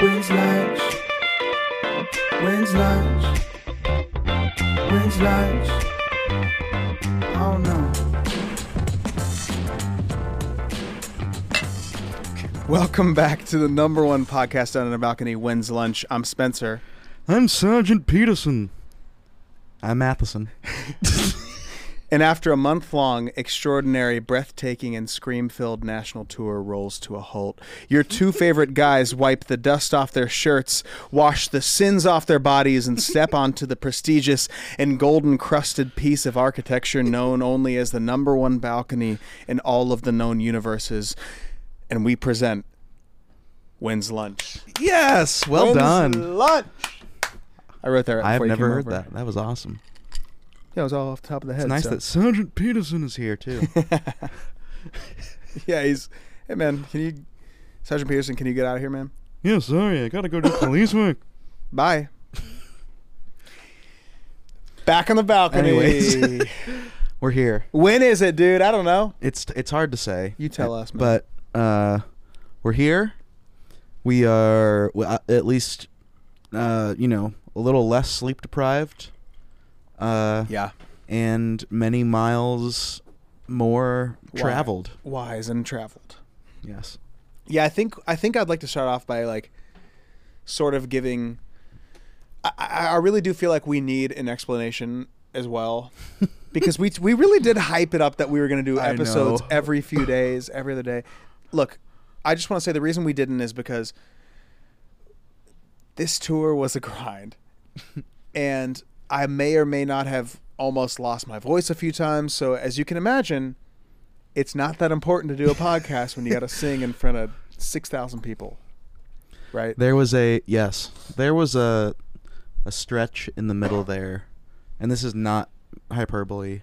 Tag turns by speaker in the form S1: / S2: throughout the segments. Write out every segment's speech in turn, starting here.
S1: When's lunch? When's lunch? When's lunch? Oh no.
S2: Welcome back to the number one podcast on the balcony. When's lunch? I'm Spencer.
S3: I'm Sergeant Peterson. I'm Matheson.
S2: And after a month long, extraordinary, breathtaking, and scream filled national tour rolls to a halt, your two favorite guys wipe the dust off their shirts, wash the sins off their bodies, and step onto the prestigious and golden crusted piece of architecture known only as the number one balcony in all of the known universes. And we present When's Lunch.
S3: Yes, well
S2: When's
S3: done. Oh,
S2: Lunch! I wrote that right
S3: I've
S2: before you
S3: never
S2: came
S3: heard
S2: over.
S3: that. That was awesome.
S2: Yeah, it was all off the top of the head.
S3: It's nice
S2: so-
S3: that Sergeant Peterson is here too.
S2: Yeah, he's. Hey, man, can you, Sergeant Peterson? Can you get out of here, man?
S3: yeah, sorry, I gotta go do police work.
S2: Bye. Back on the balcony.
S3: Anyways. We're here.
S2: when is it, dude? I don't know.
S3: It's it's hard to say.
S2: You tell us, man.
S3: But uh, we're here. We are w- uh, at least, uh, you know, a little less sleep deprived. Uh,
S2: yeah,
S3: And many miles more
S2: Why?
S3: traveled.
S2: wise and traveled.
S3: Yes.
S2: Yeah, I think I think I'd like to start off by like, sort of giving. I, I I really do feel like we need an explanation as well, because we we really did hype it up that we were going to do
S3: I
S2: episodes
S3: know.
S2: every few days, every other day. Look, I just want to say the reason we didn't is because this tour was a grind, and I may or may not have almost lost my voice a few times. So as you can imagine, it's not that important to do a podcast when you got to sing in front of six thousand people, right?
S3: There was a yes. There was a a stretch in the middle there, and this is not hyperbole,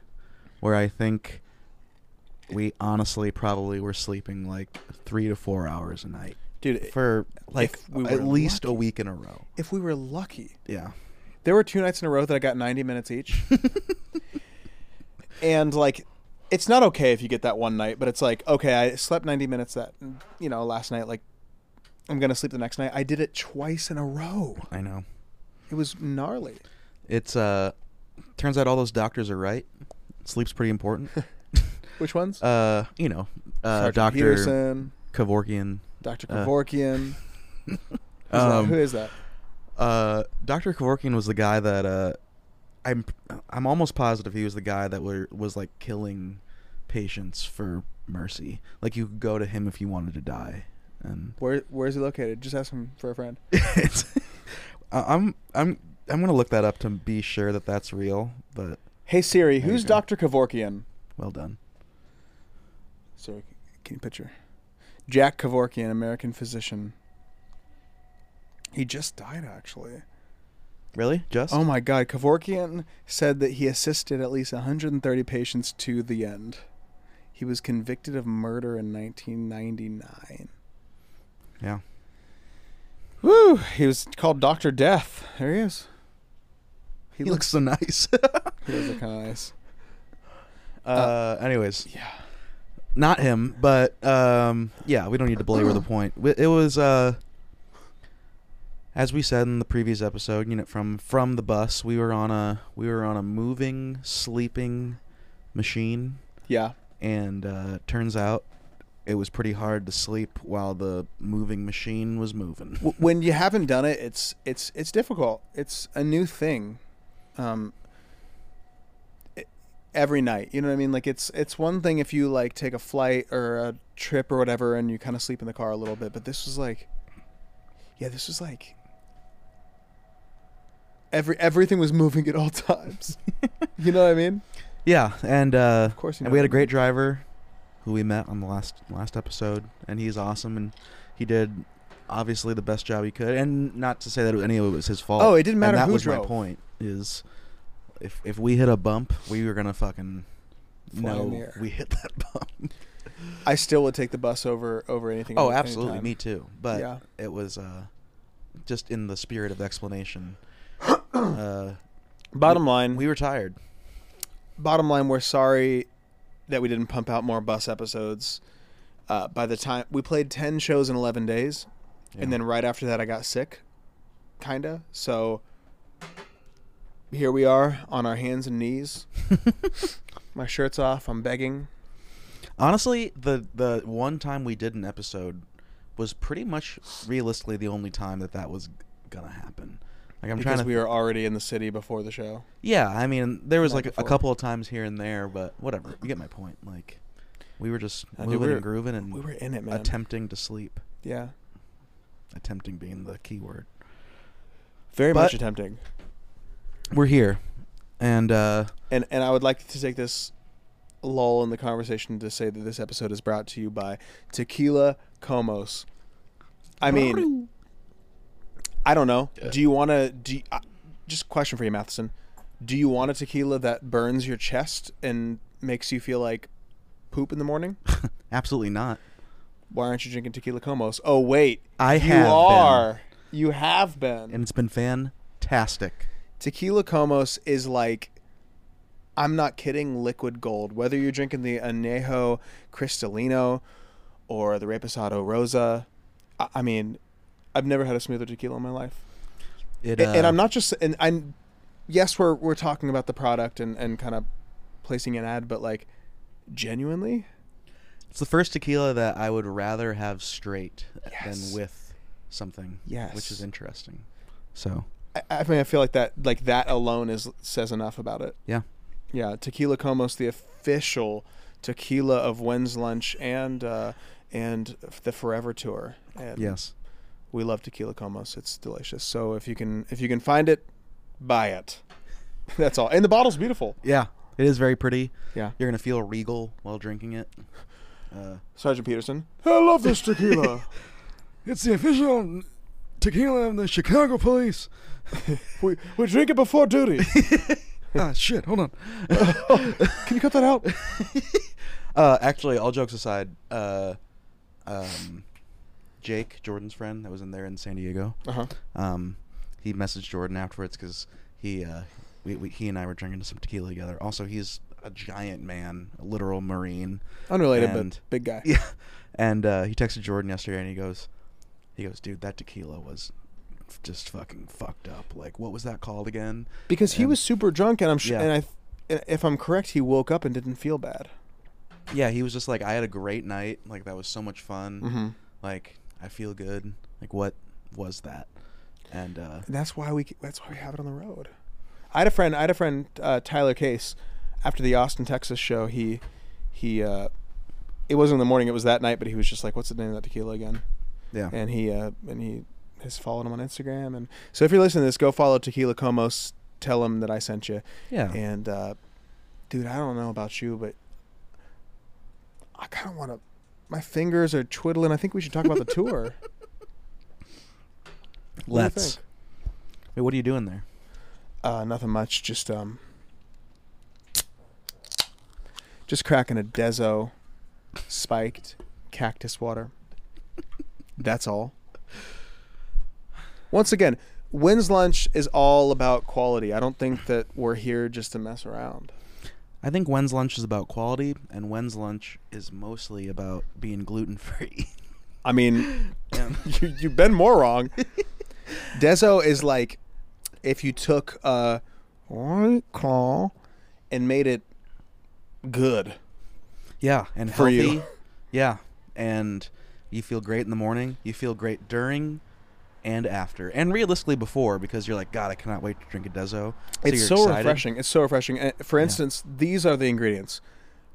S3: where I think we honestly probably were sleeping like three to four hours a night
S2: Dude,
S3: for like
S2: if we were
S3: at least a
S2: lucky.
S3: week in a row.
S2: if we were lucky,
S3: Yeah.
S2: there were two nights in a row that I got 90 minutes each. and like it's not okay if you get that one night, but it's like okay, I slept 90 minutes that you know, last night like I'm going to sleep the next night. I did it twice in a row.
S3: I know.
S2: It was gnarly.
S3: It's uh turns out all those doctors are right. Sleep's pretty important.
S2: Which ones?
S3: uh, you know, uh
S2: Sergeant
S3: Dr.
S2: Peterson,
S3: Kevorkian.
S2: Dr.
S3: uh,
S2: Kevorkian. Who's that?
S3: Um,
S2: Who is that?
S3: Uh, Dr. Kevorkian was the guy that uh, I'm I'm almost positive he was the guy that were, was like killing patients for mercy. Like you could go to him if you wanted to die. And
S2: Where where is he located? Just ask him for a friend.
S3: it's, I- I'm I'm I'm gonna look that up to be sure that that's real. But
S2: Hey Siri,
S3: There you
S2: who's
S3: go.
S2: Dr. Kevorkian?
S3: well done.
S2: Siri, can you picture? Jack Kevorkian, American physician. He just died actually.
S3: Really? Just?
S2: Oh my God. Kevorkian said that he assisted at least 130 patients to the end. He was convicted of murder in 1999.
S3: Yeah.
S2: Woo! He was called Dr. Death. There he is.
S3: He looks so nice.
S2: He does look kind of nice.
S3: uh, anyways,
S2: Yeah.
S3: not him, but um, yeah, we don't need to belabor the point. W- It was uh, as we said in the previous episode, you know, from from the bus, we were on a we were on a moving sleeping machine,
S2: Yeah.
S3: and uh, turns out it was pretty hard to sleep while the moving machine was moving.
S2: W- when you haven't done it, it's it's it's difficult. It's a new thing. Um, e- every night, you know what I mean. Like it's it's one thing if you like take a flight or a trip or whatever, and you kind of sleep in the car a little bit. But this was like, yeah, this was like every everything was moving at all times. you know what I mean?
S3: Yeah, and uh,
S2: Of course. You know
S3: and we had
S2: what
S3: a
S2: I
S3: great driver who we met on the last last episode and he's awesome and he did obviously the best job he could and not to say that any of it was his fault
S2: Oh, it didn't matter
S3: and that
S2: who
S3: was my
S2: drove.
S3: point is if if we hit a bump we were gonna fucking
S2: Fly in the
S3: know
S2: air.
S3: we hit that bump
S2: mean? I still would take the bus over over anything.
S3: oh
S2: any-
S3: absolutely
S2: anytime.
S3: me too but
S2: Yeah.
S3: it was uh just in the spirit of explanation uh
S2: Bottom line,
S3: we were tired
S2: bottom line, we're sorry that we didn't pump out more bus episodes. Uh, by the time we played 10 shows in 11 days,
S3: Yeah.
S2: and then right after that I got sick, kinda. So here we are on our hands and knees. My shirt's off. I'm begging.
S3: Honestly, the the one time we did an episode was pretty much realistically the only time that that was gonna happen. Like I'm trying
S2: because
S3: to,
S2: we were already in the city before the show.
S3: yeah. I mean, there was
S2: Night
S3: like a
S2: before.
S3: couple of times here and there, but whatever. You get my point. Like, we were just
S2: Yeah, Uh, dude,
S3: moving
S2: we were-
S3: and grooving and
S2: We were in it, man.
S3: attempting to sleep.
S2: yeah,
S3: Attempting being the key word.
S2: very
S3: But-
S2: much attempting.
S3: We're here, and uh,
S2: And and I would like to take this lull in the conversation to say that this episode is brought to you by Tequila Comos. I mean, I don't know. Do you want to? Do you, uh, just question for you, Matheson. Do you want a tequila that burns your chest and makes you feel like poop in the morning?
S3: absolutely not.
S2: Why aren't you drinking tequila comos? Oh wait,
S3: I
S2: you
S3: have been.
S2: are. You have been.
S3: And it's been fantastic.
S2: Tequila Comos is like, I'm not kidding, liquid gold. Whether you're drinking the Añejo Cristalino or the Reposado Rosa, I, I mean, I've never had a smoother tequila in my life.
S3: It,
S2: A- and
S3: uh,
S2: I'm not just, and I'm, yes, we're, we're talking about the product and, and kind of placing an ad, but like, genuinely,
S3: It's the first tequila that I would rather have straight
S2: Yes.
S3: than with something. Which
S2: Yes.
S3: is interesting. So,
S2: I, I mean, I feel like that, like that alone is says enough about it.
S3: yeah.
S2: Yeah, Tequila Comos, the official tequila of When's Lunch and uh, and the Forever Tour. And
S3: Yes.
S2: we love Tequila Comos; it's delicious. So if you can if you can find it, buy it. That's all. And the bottle's beautiful.
S3: Yeah. It is very pretty.
S2: Yeah.
S3: You're going to feel regal while drinking it. Uh,
S2: Sergeant Peterson, I love this tequila.
S3: it's the official tequila of the Chicago police.
S2: we we drink it before duty.
S3: ah, shit. Hold on.
S2: Can you cut that out?
S3: Uh, actually, all jokes aside, uh, um, Jake, Jordan's friend that was in there in San Diego,
S2: Uh huh.
S3: um, he messaged Jordan afterwards because he uh, we, we, he and I were drinking some tequila together. Also, he's a giant man, a literal marine.
S2: Unrelated,
S3: And-
S2: but big guy.
S3: Yeah, and uh, he texted Jordan yesterday, and he goes, he goes, dude, that tequila was f- just fucking fucked up. Like, what was that called again?
S2: Because he
S3: And-
S2: was super drunk, and I'm sure.
S3: Yeah.
S2: And I, th- and if I'm correct, he woke up and didn't feel bad.
S3: Yeah, he was just like, I had a great night. Like that was so much fun.
S2: Mhm.
S3: Like I feel good. Like what was that? And uh,
S2: And that's why we that's why we have it on the road. I had a friend, I had a friend, uh, Tyler Case, after the Austin, Texas show. He he, uh, it wasn't in the morning; it was that night. But he was just like, "What's the name of that tequila again?"
S3: yeah,
S2: And he uh, and he has followed him on Instagram. And so, if you're listening to this, go follow Tequila Comos. Tell him that I sent you.
S3: yeah,
S2: And uh, dude, I don't know about you, but I kind of want to. My fingers are twiddling. I think we should talk about the tour. What do you
S3: let's.
S2: think?
S3: Wait, what are you doing there?
S2: Uh, nothing much. Just um, just cracking a Dezo spiked cactus water. That's all. Once again, Wins Lunch is all about quality. I don't think that we're here just to mess around.
S3: I think When's Lunch is about quality, and When's Lunch is mostly about being gluten free.
S2: I mean, you, you've been more wrong. Dezo is like if you took a White Claw and made it good.
S3: yeah, and
S2: For you.
S3: healthy. Yeah, and you feel great in the morning. You feel great during and after, and realistically before, because you're like, God, I cannot wait to drink a Dezo.
S2: It's
S3: you're
S2: so
S3: excited.
S2: refreshing. It's so refreshing. And for instance, these are the ingredients: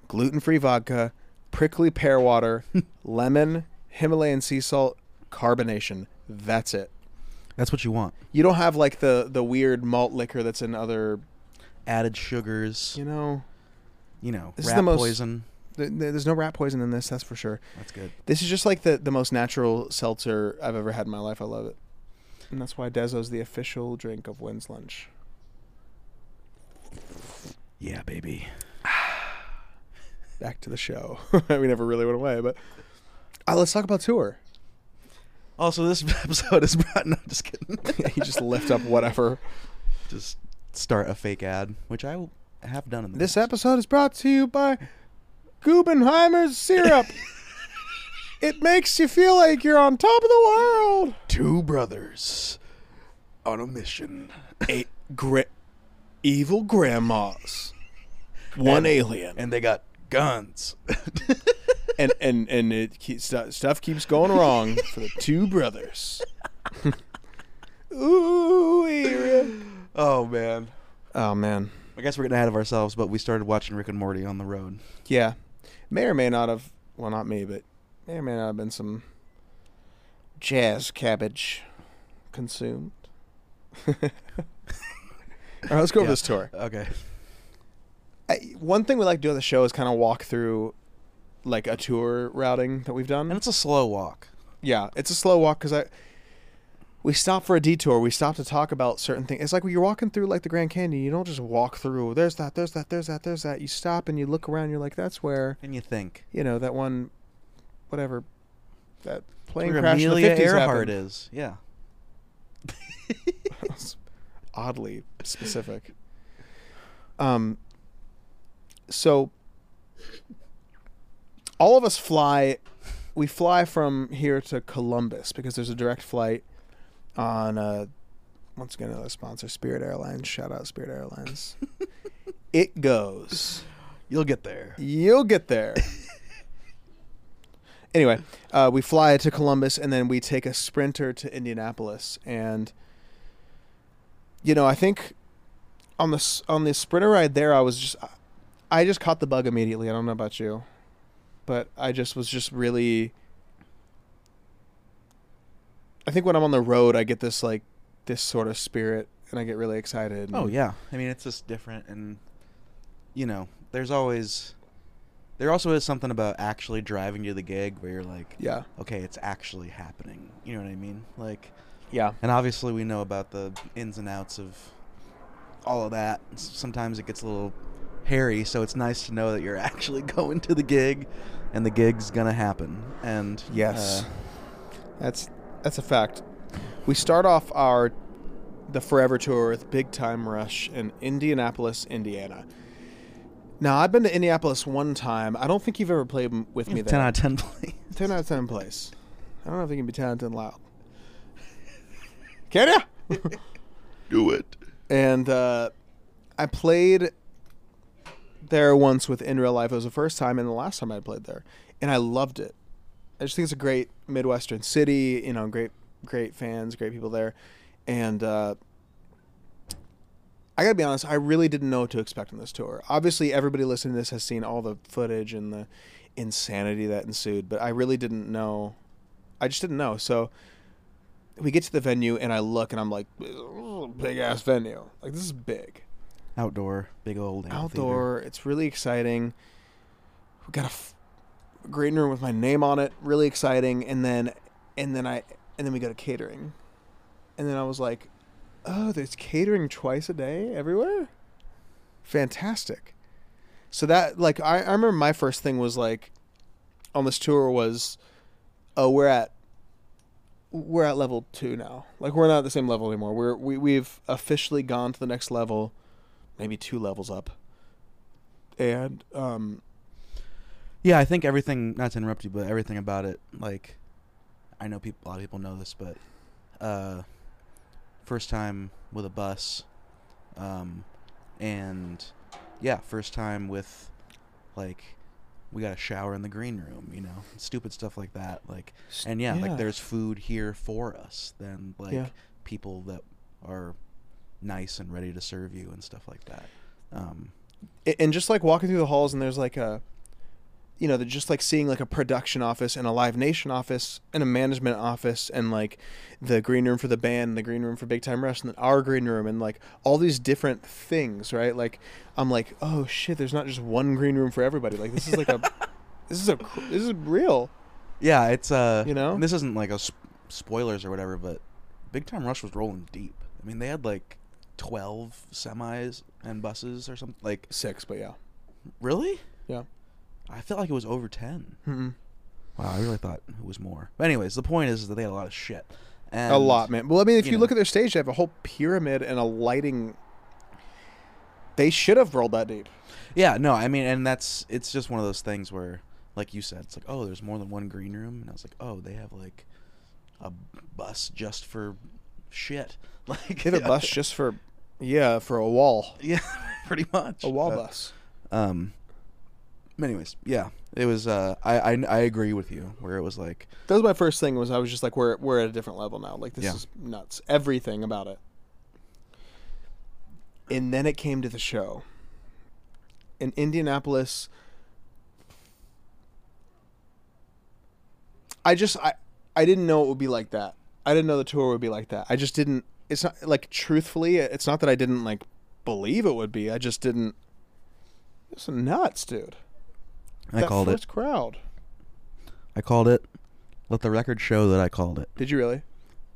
S2: gluten-free vodka, prickly pear water, lemon, Himalayan sea salt, carbonation. That's it.
S3: That's what you want.
S2: You don't have like the the weird malt liquor that's in other.
S3: Added sugars.
S2: You know,
S3: you know,
S2: This is
S3: rat
S2: the most-
S3: poison.
S2: th- th- there's no rat poison in this. That's for sure.
S3: That's good.
S2: This is just like the the most natural seltzer I've ever had in my life. I love it, and that's why Dezo's the official drink of Wins Lunch.
S3: Yeah, baby.
S2: Back to the show. we never really went away, but uh, let's talk about tour.
S3: Also, this episode is brought. No, just kidding.
S2: you just lift up whatever.
S3: just start a fake ad, which I will- have done in the
S2: This
S3: past.
S2: episode is brought to you by Guggenheimer's syrup. It makes you feel like you're on top of the world.
S3: Two brothers on a mission.
S2: Eight gri- evil grandmas, one alien,
S3: And they got guns.
S2: and and and it keeps, stu- stuff keeps going wrong for the two brothers. Ooh, era.
S3: oh, man.
S2: oh man,
S3: I guess we're getting ahead of ourselves, but we started watching Rick and Morty on the road.
S2: yeah, may or may not have. Well, not me, but may or may not have been some jazz cabbage consumed. All right, let's go over
S3: Yeah.
S2: this tour.
S3: Okay.
S2: I, one thing we like to do on the show is kind of walk through like a tour routing that we've done.
S3: And it's a slow walk.
S2: yeah, it's a slow walk because I we stop for a detour. We stop to talk about certain things. It's like when you're walking through like the Grand Canyon, you don't just walk through. There's that. There's that. There's that. There's that. You stop and you look around. You're like, that's where
S3: And you think.
S2: you know that one, whatever, that plane
S3: where
S2: crash
S3: Amelia
S2: in the 50s
S3: Earhart
S2: happened.
S3: is. Yeah.
S2: That's oddly specific. Um, so all of us fly. We fly from here to Columbus because there's a direct flight on. Uh, once again, another sponsor, Spirit Airlines. Shout out Spirit Airlines. it goes.
S3: You'll get there.
S2: You'll get there. anyway, uh, we fly to Columbus and then we take a sprinter to Indianapolis. And you know, I think on the s- on the sprinter ride there, I was just I just caught the bug immediately. I don't know about you, but I just was just really. I think when I'm on the road, I get this like this sort of spirit, and I get really excited.
S3: Oh
S2: and-
S3: yeah, I mean it's just different, and you know, there's always, there also is something about actually driving to the gig where you're like,
S2: yeah,
S3: okay, it's actually happening. You know what I mean? Like,
S2: yeah.
S3: and obviously we know about the ins and outs of all of that. S- Sometimes it gets a little hairy, so it's nice to know that you're actually going to the gig, and the gig's gonna happen. And
S2: Yes.
S3: uh,
S2: that's that's a fact. We start off our the Forever Tour with Big Time Rush in Indianapolis, Indiana. Now, I've been to Indianapolis one time. I don't think you've ever played m- with me there.
S3: ten out of ten, please.
S2: 10 out of 10 place. I don't know if you can be 10 out of 10 loud. Can ya?
S3: Do it.
S2: and uh, I played there once with In Real Life. It was the first time and the last time I played there, and I loved it. I just think it's a great midwestern city. You know, great, great fans, great people there, and uh, I gotta be honest, I really didn't know what to expect on this tour. Obviously, everybody listening to this has seen all the footage and the insanity that ensued, but I really didn't know. I just didn't know. So we get to the venue, and I look, and I'm like, big ass venue. Like this is big
S3: Outdoor, big old amphitheater.
S2: outdoor. It's really exciting. We got a f- green room with my name on it. Really exciting. And then, and then I, and then we go to catering. And then I was like, oh, there's catering twice a day everywhere. Fantastic. So that like I, I remember my first thing was like, on this tour was, oh we're at. We're at level two now. Like we're not at the same level anymore. We're we, we've officially gone to the next level maybe two levels up. And um,
S3: Yeah, I think everything. Not to interrupt you, but everything about it, like, I know people. A lot of people know this, but uh, first time with a bus, um, and yeah, first time with like we got a shower in the green room, you know, stupid stuff like that. Like, and yeah,
S2: yeah.
S3: like there's food here for us. Then like
S2: Yeah.
S3: people that are nice and ready to serve you and stuff like that. Um,
S2: a- and just like walking through the halls, and there's like a, you know, they're just like seeing like a production office and a Live Nation office and a management office and like the green room for the band, and the green room for Big Time Rush, and then our green room, and like all these different things, right? Like I'm like, oh shit, there's not just one green room for everybody. Like this is like a, this is a, cr- this is real.
S3: Yeah, it's uh,
S2: You know?
S3: and this isn't like a sp- spoilers or whatever, but Big Time Rush was rolling deep. I mean, they had like twelve semis and buses or something. Like,
S2: Six, but yeah,
S3: really?
S2: yeah.
S3: I felt like it was over ten.
S2: Mm-mm.
S3: Wow, I really thought it was more. But anyways, the point is that they had a lot of shit. And
S2: a lot, man. Well, I mean, if you,
S3: you
S2: look
S3: know.
S2: at their stage, they have a whole pyramid and a lighting. They should have rolled that deep.
S3: Yeah, no, I mean, and that's it's just one of those things where like you said, it's like oh, there's more than one green room, and I was like oh, they have like a bus just for shit. Like
S2: They have a bus just for, yeah, for a wall,
S3: yeah, pretty much Uh,
S2: a wall
S3: But,
S2: bus.
S3: Um. Anyways, yeah, it was. Uh, I, I I agree with you where it was like
S2: That was my first thing. Was I was just like, we're we're at a different level now. Like this
S3: Yeah.
S2: is nuts. Everything about it. And then it came to the show. In Indianapolis, I just I I didn't know it would be like that. I didn't know the tour would be like that. I just didn't. It's not like truthfully, it's not that I didn't like believe it would be. I just didn't. It's nuts, dude.
S3: I
S2: that
S3: called
S2: first
S3: it.
S2: crowd.
S3: I called it. Let the record show that I called it.
S2: Did you really?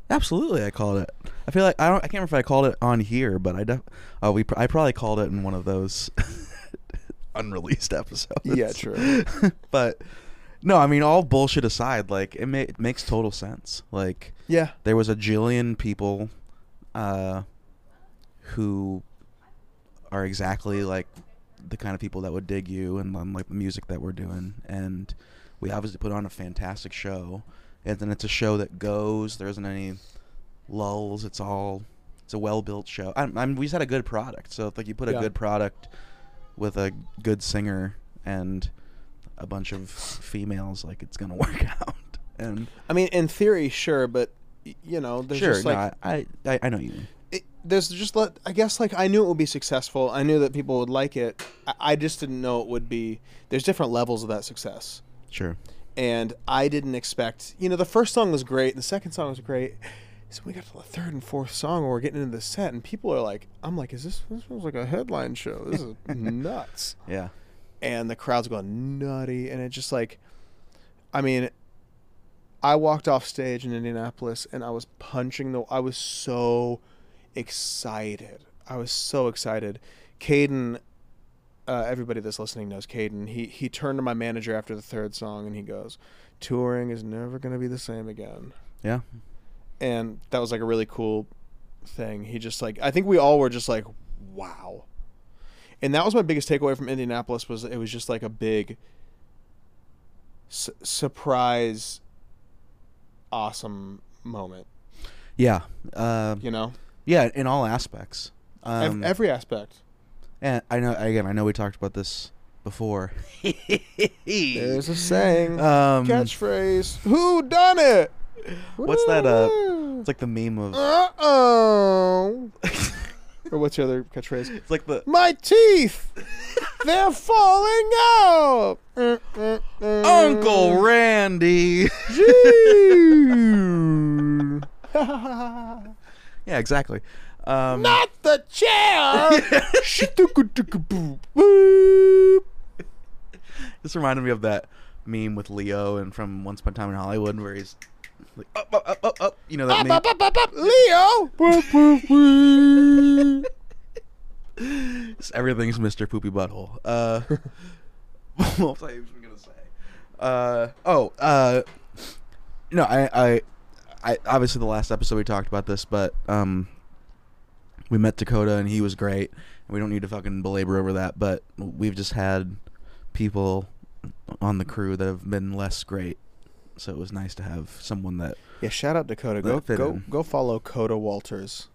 S3: Absolutely, I called it. I feel like I don't. I can't remember if I called it on here, but I def, uh, we pr- I probably called it in one of those unreleased episodes.
S2: Yeah, true.
S3: but no, I mean, all bullshit aside, like it, ma- it makes total sense. Like
S2: Yeah.
S3: there was a jillion people uh, who are exactly like the kind of people that would dig you and um, like the music that we're doing and we obviously put on a fantastic show and then it's a show that goes there isn't any lulls it's all it's a well-built show I, I mean, we just had a good product so if like you put a
S2: Yeah.
S3: good product with a good singer and a bunch of females like it's gonna work out and
S2: I mean, in theory, sure, but y- you know, there's
S3: sure,
S2: just like
S3: no, I, I I know you. mean.
S2: it, there's just let I guess like I knew it would be successful. I knew that people would like it. I, I just didn't know it would be. There's different levels of that success,
S3: Sure.
S2: and I didn't expect. You know, the first song was great, and the second song was great. So we got to the third and fourth song, where we're getting into the set, and people are like, "I'm like, is this this feels like a headline show? This is nuts."
S3: Yeah.
S2: and the crowd's going nutty and it just like i mean i walked off stage in indianapolis and i was punching the i was so excited i was so excited caden uh, everybody that's listening knows caden he he turned to my manager after the third song and he goes touring is never going to be the same again
S3: Yeah.
S2: and that was like a really cool thing. He just like I think we all were just like wow. And that was my biggest takeaway from Indianapolis was it was just like a big su- surprise awesome moment,
S3: Yeah. Uh,
S2: you know?
S3: yeah. In all aspects.
S2: Ev-
S3: Um,
S2: every aspect.
S3: and I know. Again, I know we talked about this before.
S2: There's a saying,
S3: Um,
S2: catchphrase, who done it?
S3: What's that, uh, it's like the meme of.
S2: Uh-oh. or what's your other catchphrase?
S3: It's like the.
S2: My teeth! They're falling out!
S3: Uncle Randy.
S2: Not
S3: yeah. Exactly. Um,
S2: the chair!
S3: This reminded me of that meme with Leo and from Once Upon a Time in Hollywood, where he's like up, up, up, up, up. You know that meme.
S2: Up, up, up, up, Leo!
S3: It's- Everything's Mr. Poopy Butthole. Uh, what was I even gonna say? Uh, oh, uh, no, I, I, I, obviously the last episode we talked about this, but um, we met Dakota and he was great. We don't need to fucking belabor over that, but we've just had people on the crew that have been less great, so it was nice to have someone that
S2: Yeah, shout out Dakota. Go
S3: That fit
S2: go
S3: in.
S2: go follow Coda Walters.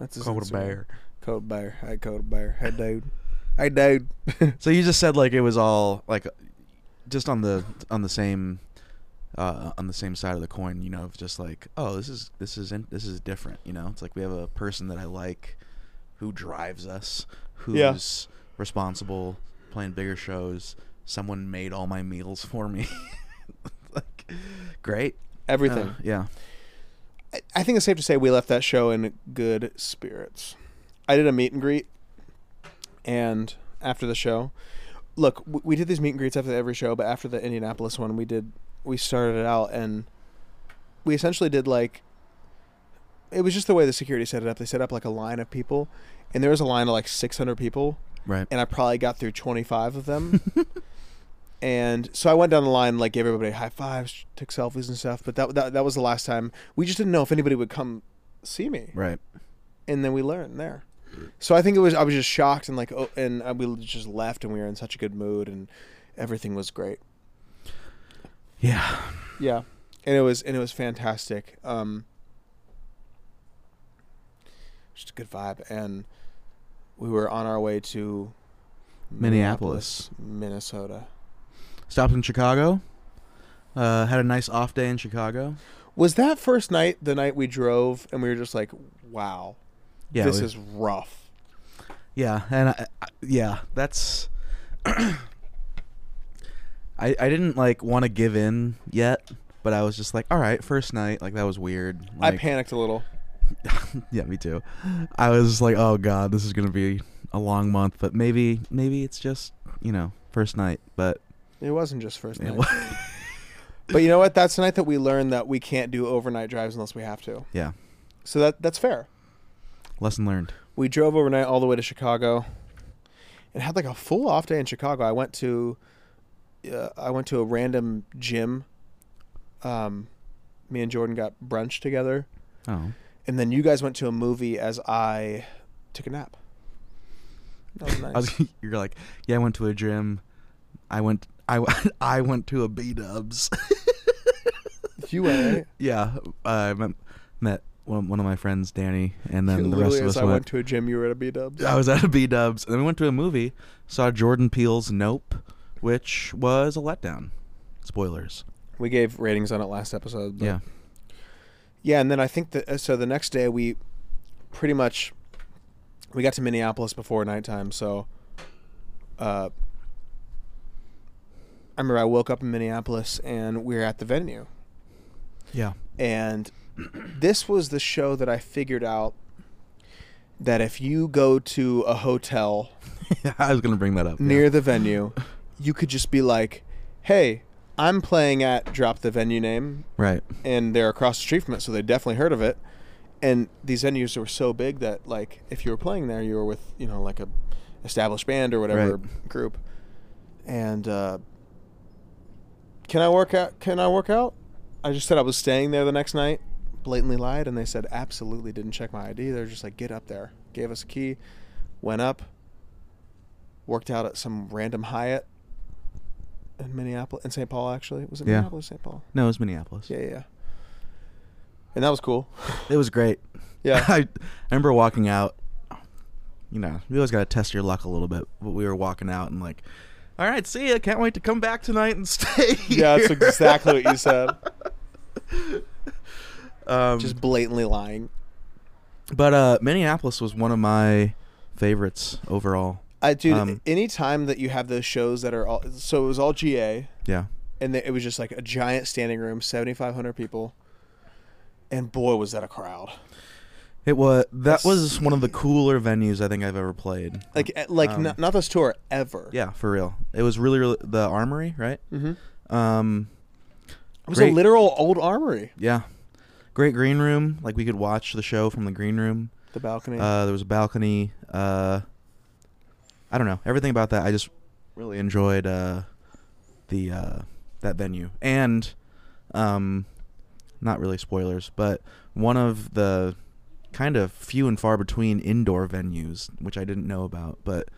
S2: That's his
S3: Dakota
S2: Instagram.
S3: Bear.
S2: Coda Bear. Hey Coda Bear. Hey dude. Hey dude.
S3: So you just said like it was all like just on the on the same uh, on the same side of the coin, you know, of just like oh this is this is in, this is different, you know. It's like we have a person that I like who drives us, who's
S2: Yeah.
S3: responsible, playing bigger shows. Someone made all my meals for me. like great.
S2: Everything.
S3: Uh, yeah.
S2: I- I think it's safe to say we left that show in good spirits. I did a meet and greet, and after the show, look, w- we did these meet and greets after every show, but after the Indianapolis one, we did we started it out and we essentially did like it was just the way the security set it up. They set up like a line of people, and there was a line of like 600 people,
S3: Right.
S2: and I probably got through 25 of them. and so I went down the line, like gave everybody high fives, took selfies and stuff. But that, that that was the last time. We just didn't know if anybody would come see me,
S3: Right.
S2: and then we learned there. So I think it was I was just shocked and like oh, and uh, we just left and we were in such a good mood and everything was great.
S3: Yeah.
S2: Yeah, and it was and it was fantastic. Um, just a good vibe, and we were on our way to
S3: Minneapolis.
S2: Minnesota.
S3: Stopped in Chicago. Uh, had a nice off day in Chicago.
S2: Was that first night the night we drove and we were just like, "Wow,
S3: Yeah.
S2: this
S3: we-
S2: is rough."
S3: Yeah, and I, I, yeah, that's. I I didn't like want to give in yet, but I was just like, all right, first night, like that was weird.
S2: I
S3: Like,
S2: panicked a little.
S3: yeah, me too. I was like, oh god, this is gonna be a long month, but maybe maybe it's just you know first night, but
S2: It wasn't just first
S3: it
S2: night,
S3: wa-
S2: but you know what? That's the night that we learned that we can't do overnight drives unless we have to.
S3: yeah,
S2: So that that's fair.
S3: lesson learned.
S2: we drove overnight all the way to Chicago, and had like a full off day in Chicago. I went to, uh, I went to a random gym. Um, me and Jordan got brunch together,
S3: Oh,
S2: and then you guys went to a movie as I took a nap. That was nice.
S3: I was, you're like, yeah, I went to a gym. I went I w- I went to a B Dubs.
S2: you went. Right?
S3: Yeah, I met, met one, one of my friends, Danny, and then the rest
S2: Literally,
S3: of
S2: as
S3: us
S2: I
S3: went.
S2: went to a gym, you were at a B Dubs.
S3: I was at a B Dubs, and then we went to a movie. Saw Jordan Peele's Nope, which was a letdown. Spoilers.
S2: We gave ratings on it last episode. but-
S3: Yeah,
S2: Yeah, and then I think that uh, so the next day we pretty much we got to Minneapolis before nighttime, so uh, I remember I woke up in Minneapolis and we were at the venue,
S3: yeah,
S2: and this was the show that I figured out that if you go to a hotel
S3: yeah. I was gonna bring that up. yeah.
S2: near the venue, you could just be like, "Hey, I'm playing at drop the venue name
S3: right.
S2: and they're across the street from it, so they definitely heard of it. And these venues were so big that like if you were playing there, you were with you know like a established band or whatever
S3: Right.
S2: group. And uh, can I work out? Can I work out? I just said I was staying there the next night. Blatantly lied, and they said absolutely didn't check my ID. They're just like get up there. Gave us a key, went up, worked out at some random Hyatt in Minneapolis, in St. Paul actually. Was it
S3: Yeah.
S2: Minneapolis, St. Paul?
S3: No, it was Minneapolis.
S2: Yeah, yeah, yeah. And that was cool.
S3: It was great.
S2: Yeah.
S3: I, I remember walking out. You know, you always gotta test your luck a little bit. But we were walking out and like, all right, see ya. Can't wait to come back tonight and stay.
S2: yeah, that's
S3: here."
S2: exactly what you said.
S3: Um,
S2: Just blatantly lying.
S3: But uh, Minneapolis was one of my favorites overall.
S2: I dude,
S3: Um,
S2: any time that you have those shows that are all so it was all GA
S3: Yeah,
S2: and it was just like a giant standing room, 7500 people. And boy was that a crowd.
S3: it was. That was one of the cooler venues I think I've ever played.
S2: Like eh, like
S3: Um,
S2: not, not this tour ever.
S3: yeah, for real. It was really, really the Armory, right?
S2: Mhm.
S3: Um,
S2: It was
S3: great-
S2: a literal old armory,
S3: yeah, great green room. Like we could watch the show from the green room.
S2: the balcony.
S3: Uh, there was a balcony. Uh, I don't know everything about that. I just really enjoyed uh, the uh, that venue and um, not really spoilers, but one of the kind of few and far between indoor venues, which I didn't know about, but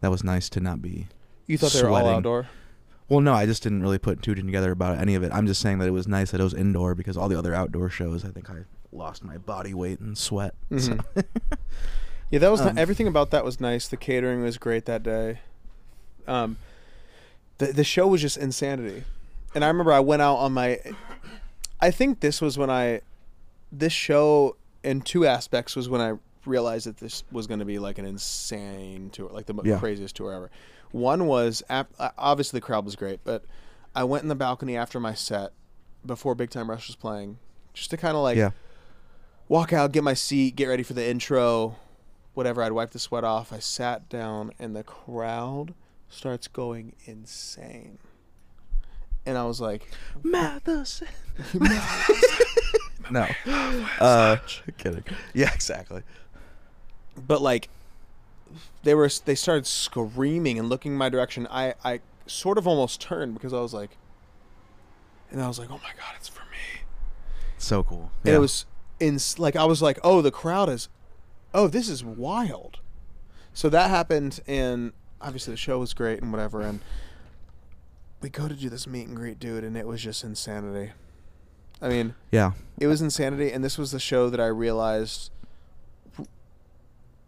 S3: that was nice to not be.
S2: you thought they were all
S3: sweating.
S2: outdoor.
S3: Well, no, I just didn't really put two and together about any of it. I'm just saying that it was nice that it was indoor because all the other outdoor shows, I think I lost my body weight and sweat. So-
S2: Mhm. yeah, that was
S3: Um,
S2: everything about that was nice. The catering was great that day. Um, the the show was just insanity, and I remember I went out on my. I think this was when I, this show in two aspects was when I realized that this was going to be like an insane tour, like the mo-
S3: Yeah.
S2: craziest tour ever. One was ap- uh, obviously the crowd was great, but I went in the balcony after my set, before Big Time Rush was playing, just to kind of like
S3: yeah.
S2: walk out, get my seat, get ready for the intro, whatever. I'd wipe the sweat off. I sat down, and the crowd starts going insane. And I was like,
S3: Matheson. no. Uh, kidding. Yeah, exactly.
S2: but like, they were they started screaming and looking my direction. I I sort of almost turned because I was like, and I was like, oh my god, it's for me.
S3: So cool.
S2: And it was in like I was like, oh, the crowd is, oh, this is wild. So that happened, and obviously the show was great and whatever. And we go to do this meet and greet, dude, and it was just insanity. I mean,
S3: Yeah.
S2: it was insanity, and this was the show that I realized w-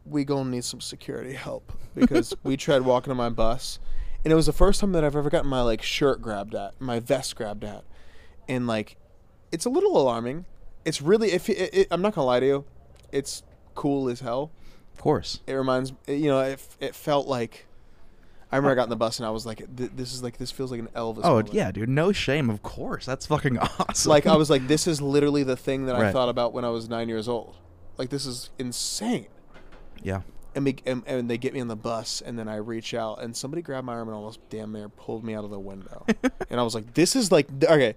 S2: we gonna need some security help because we tried walking on my bus, and it was the first time that I've ever gotten my like shirt grabbed at, my vest grabbed at, and like, it's a little alarming. It's really if it, it, I'm not gonna lie to you, it's cool as hell.
S3: Of course.
S2: It reminds it- you know it, f- it felt like. I remember I got in the bus and I was like, "Th- "This is like this feels like an Elvis."
S3: Oh
S2: moment.
S3: yeah, dude. No shame. Of course. That's fucking awesome.
S2: like I was like, this is literally the thing that I
S3: Right.
S2: thought about when I was nine years old. Like this is insane.
S3: Yeah.
S2: And, we, and, and they get me on the bus, and then I reach out, and somebody grabbed my arm and almost damn near pulled me out of the window. and I was like, this is like th- okay.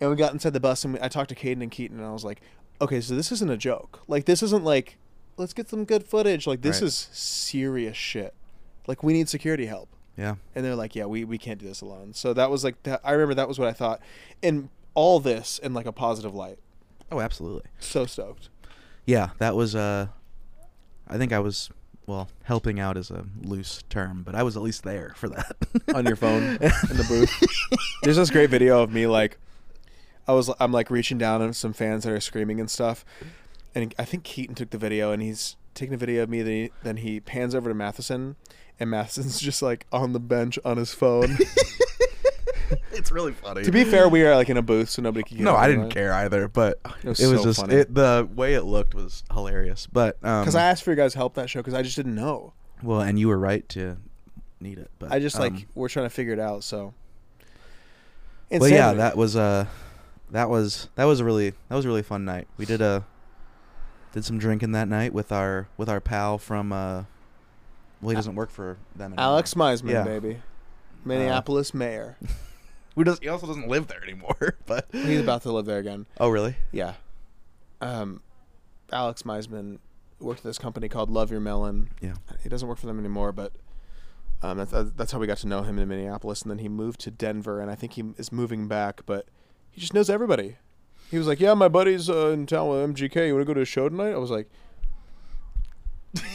S2: And we got inside the bus, and we, I talked to Caden and Keaton, and I was like, okay, so this isn't a joke. Like this isn't like, let's get some good footage. Like this
S3: Right.
S2: is serious shit. Like we need security help
S3: Yeah.
S2: and they're like yeah we, we can't do this alone so that was like that i remember that was what i thought and all this in like a positive light
S3: Oh, absolutely.
S2: so stoked
S3: Yeah, that was uh I think I was well, helping out is a loose term, but I was at least there for that.
S2: on your phone in the booth there's this great video of me like i was i'm like reaching down and some fans that are screaming and stuff and i think keaton took the video and he's taking a video of me then he, then he pans over to matheson and matheson's just like on the bench on his phone
S3: it's really funny.
S2: to be fair we are like in a booth so nobody can get
S3: No, I didn't care either, but it
S2: was
S3: was,
S2: so
S3: just
S2: funny.
S3: it, the way it looked was hilarious. But um
S2: because i asked for your guys help that show because i just didn't know
S3: well, and you were right to need it, but
S2: I just
S3: um,
S2: like we're trying to figure it out. So.
S3: Well, yeah,
S2: Insanity.
S3: that was uh that was that was a really that was a really fun night. We did a did some drinking that night with our with our pal from uh well, he doesn't work for them anymore.
S2: Alex Meisman,
S3: Yeah. Uh,
S2: baby, Minneapolis mayor.
S3: who does he also doesn't live there anymore. But
S2: He's about to live there again.
S3: oh really?
S2: Yeah. Um, Alex Meisman worked at this company called Love Your Melon.
S3: Yeah.
S2: He doesn't work for them anymore, but um, that's, that's how we got to know him in Minneapolis. And then he moved to Denver, and I think he is moving back, but he just knows everybody. He was like, "Yeah, my buddy's uh, in town with MGK. You want to go to a show tonight?" I was like,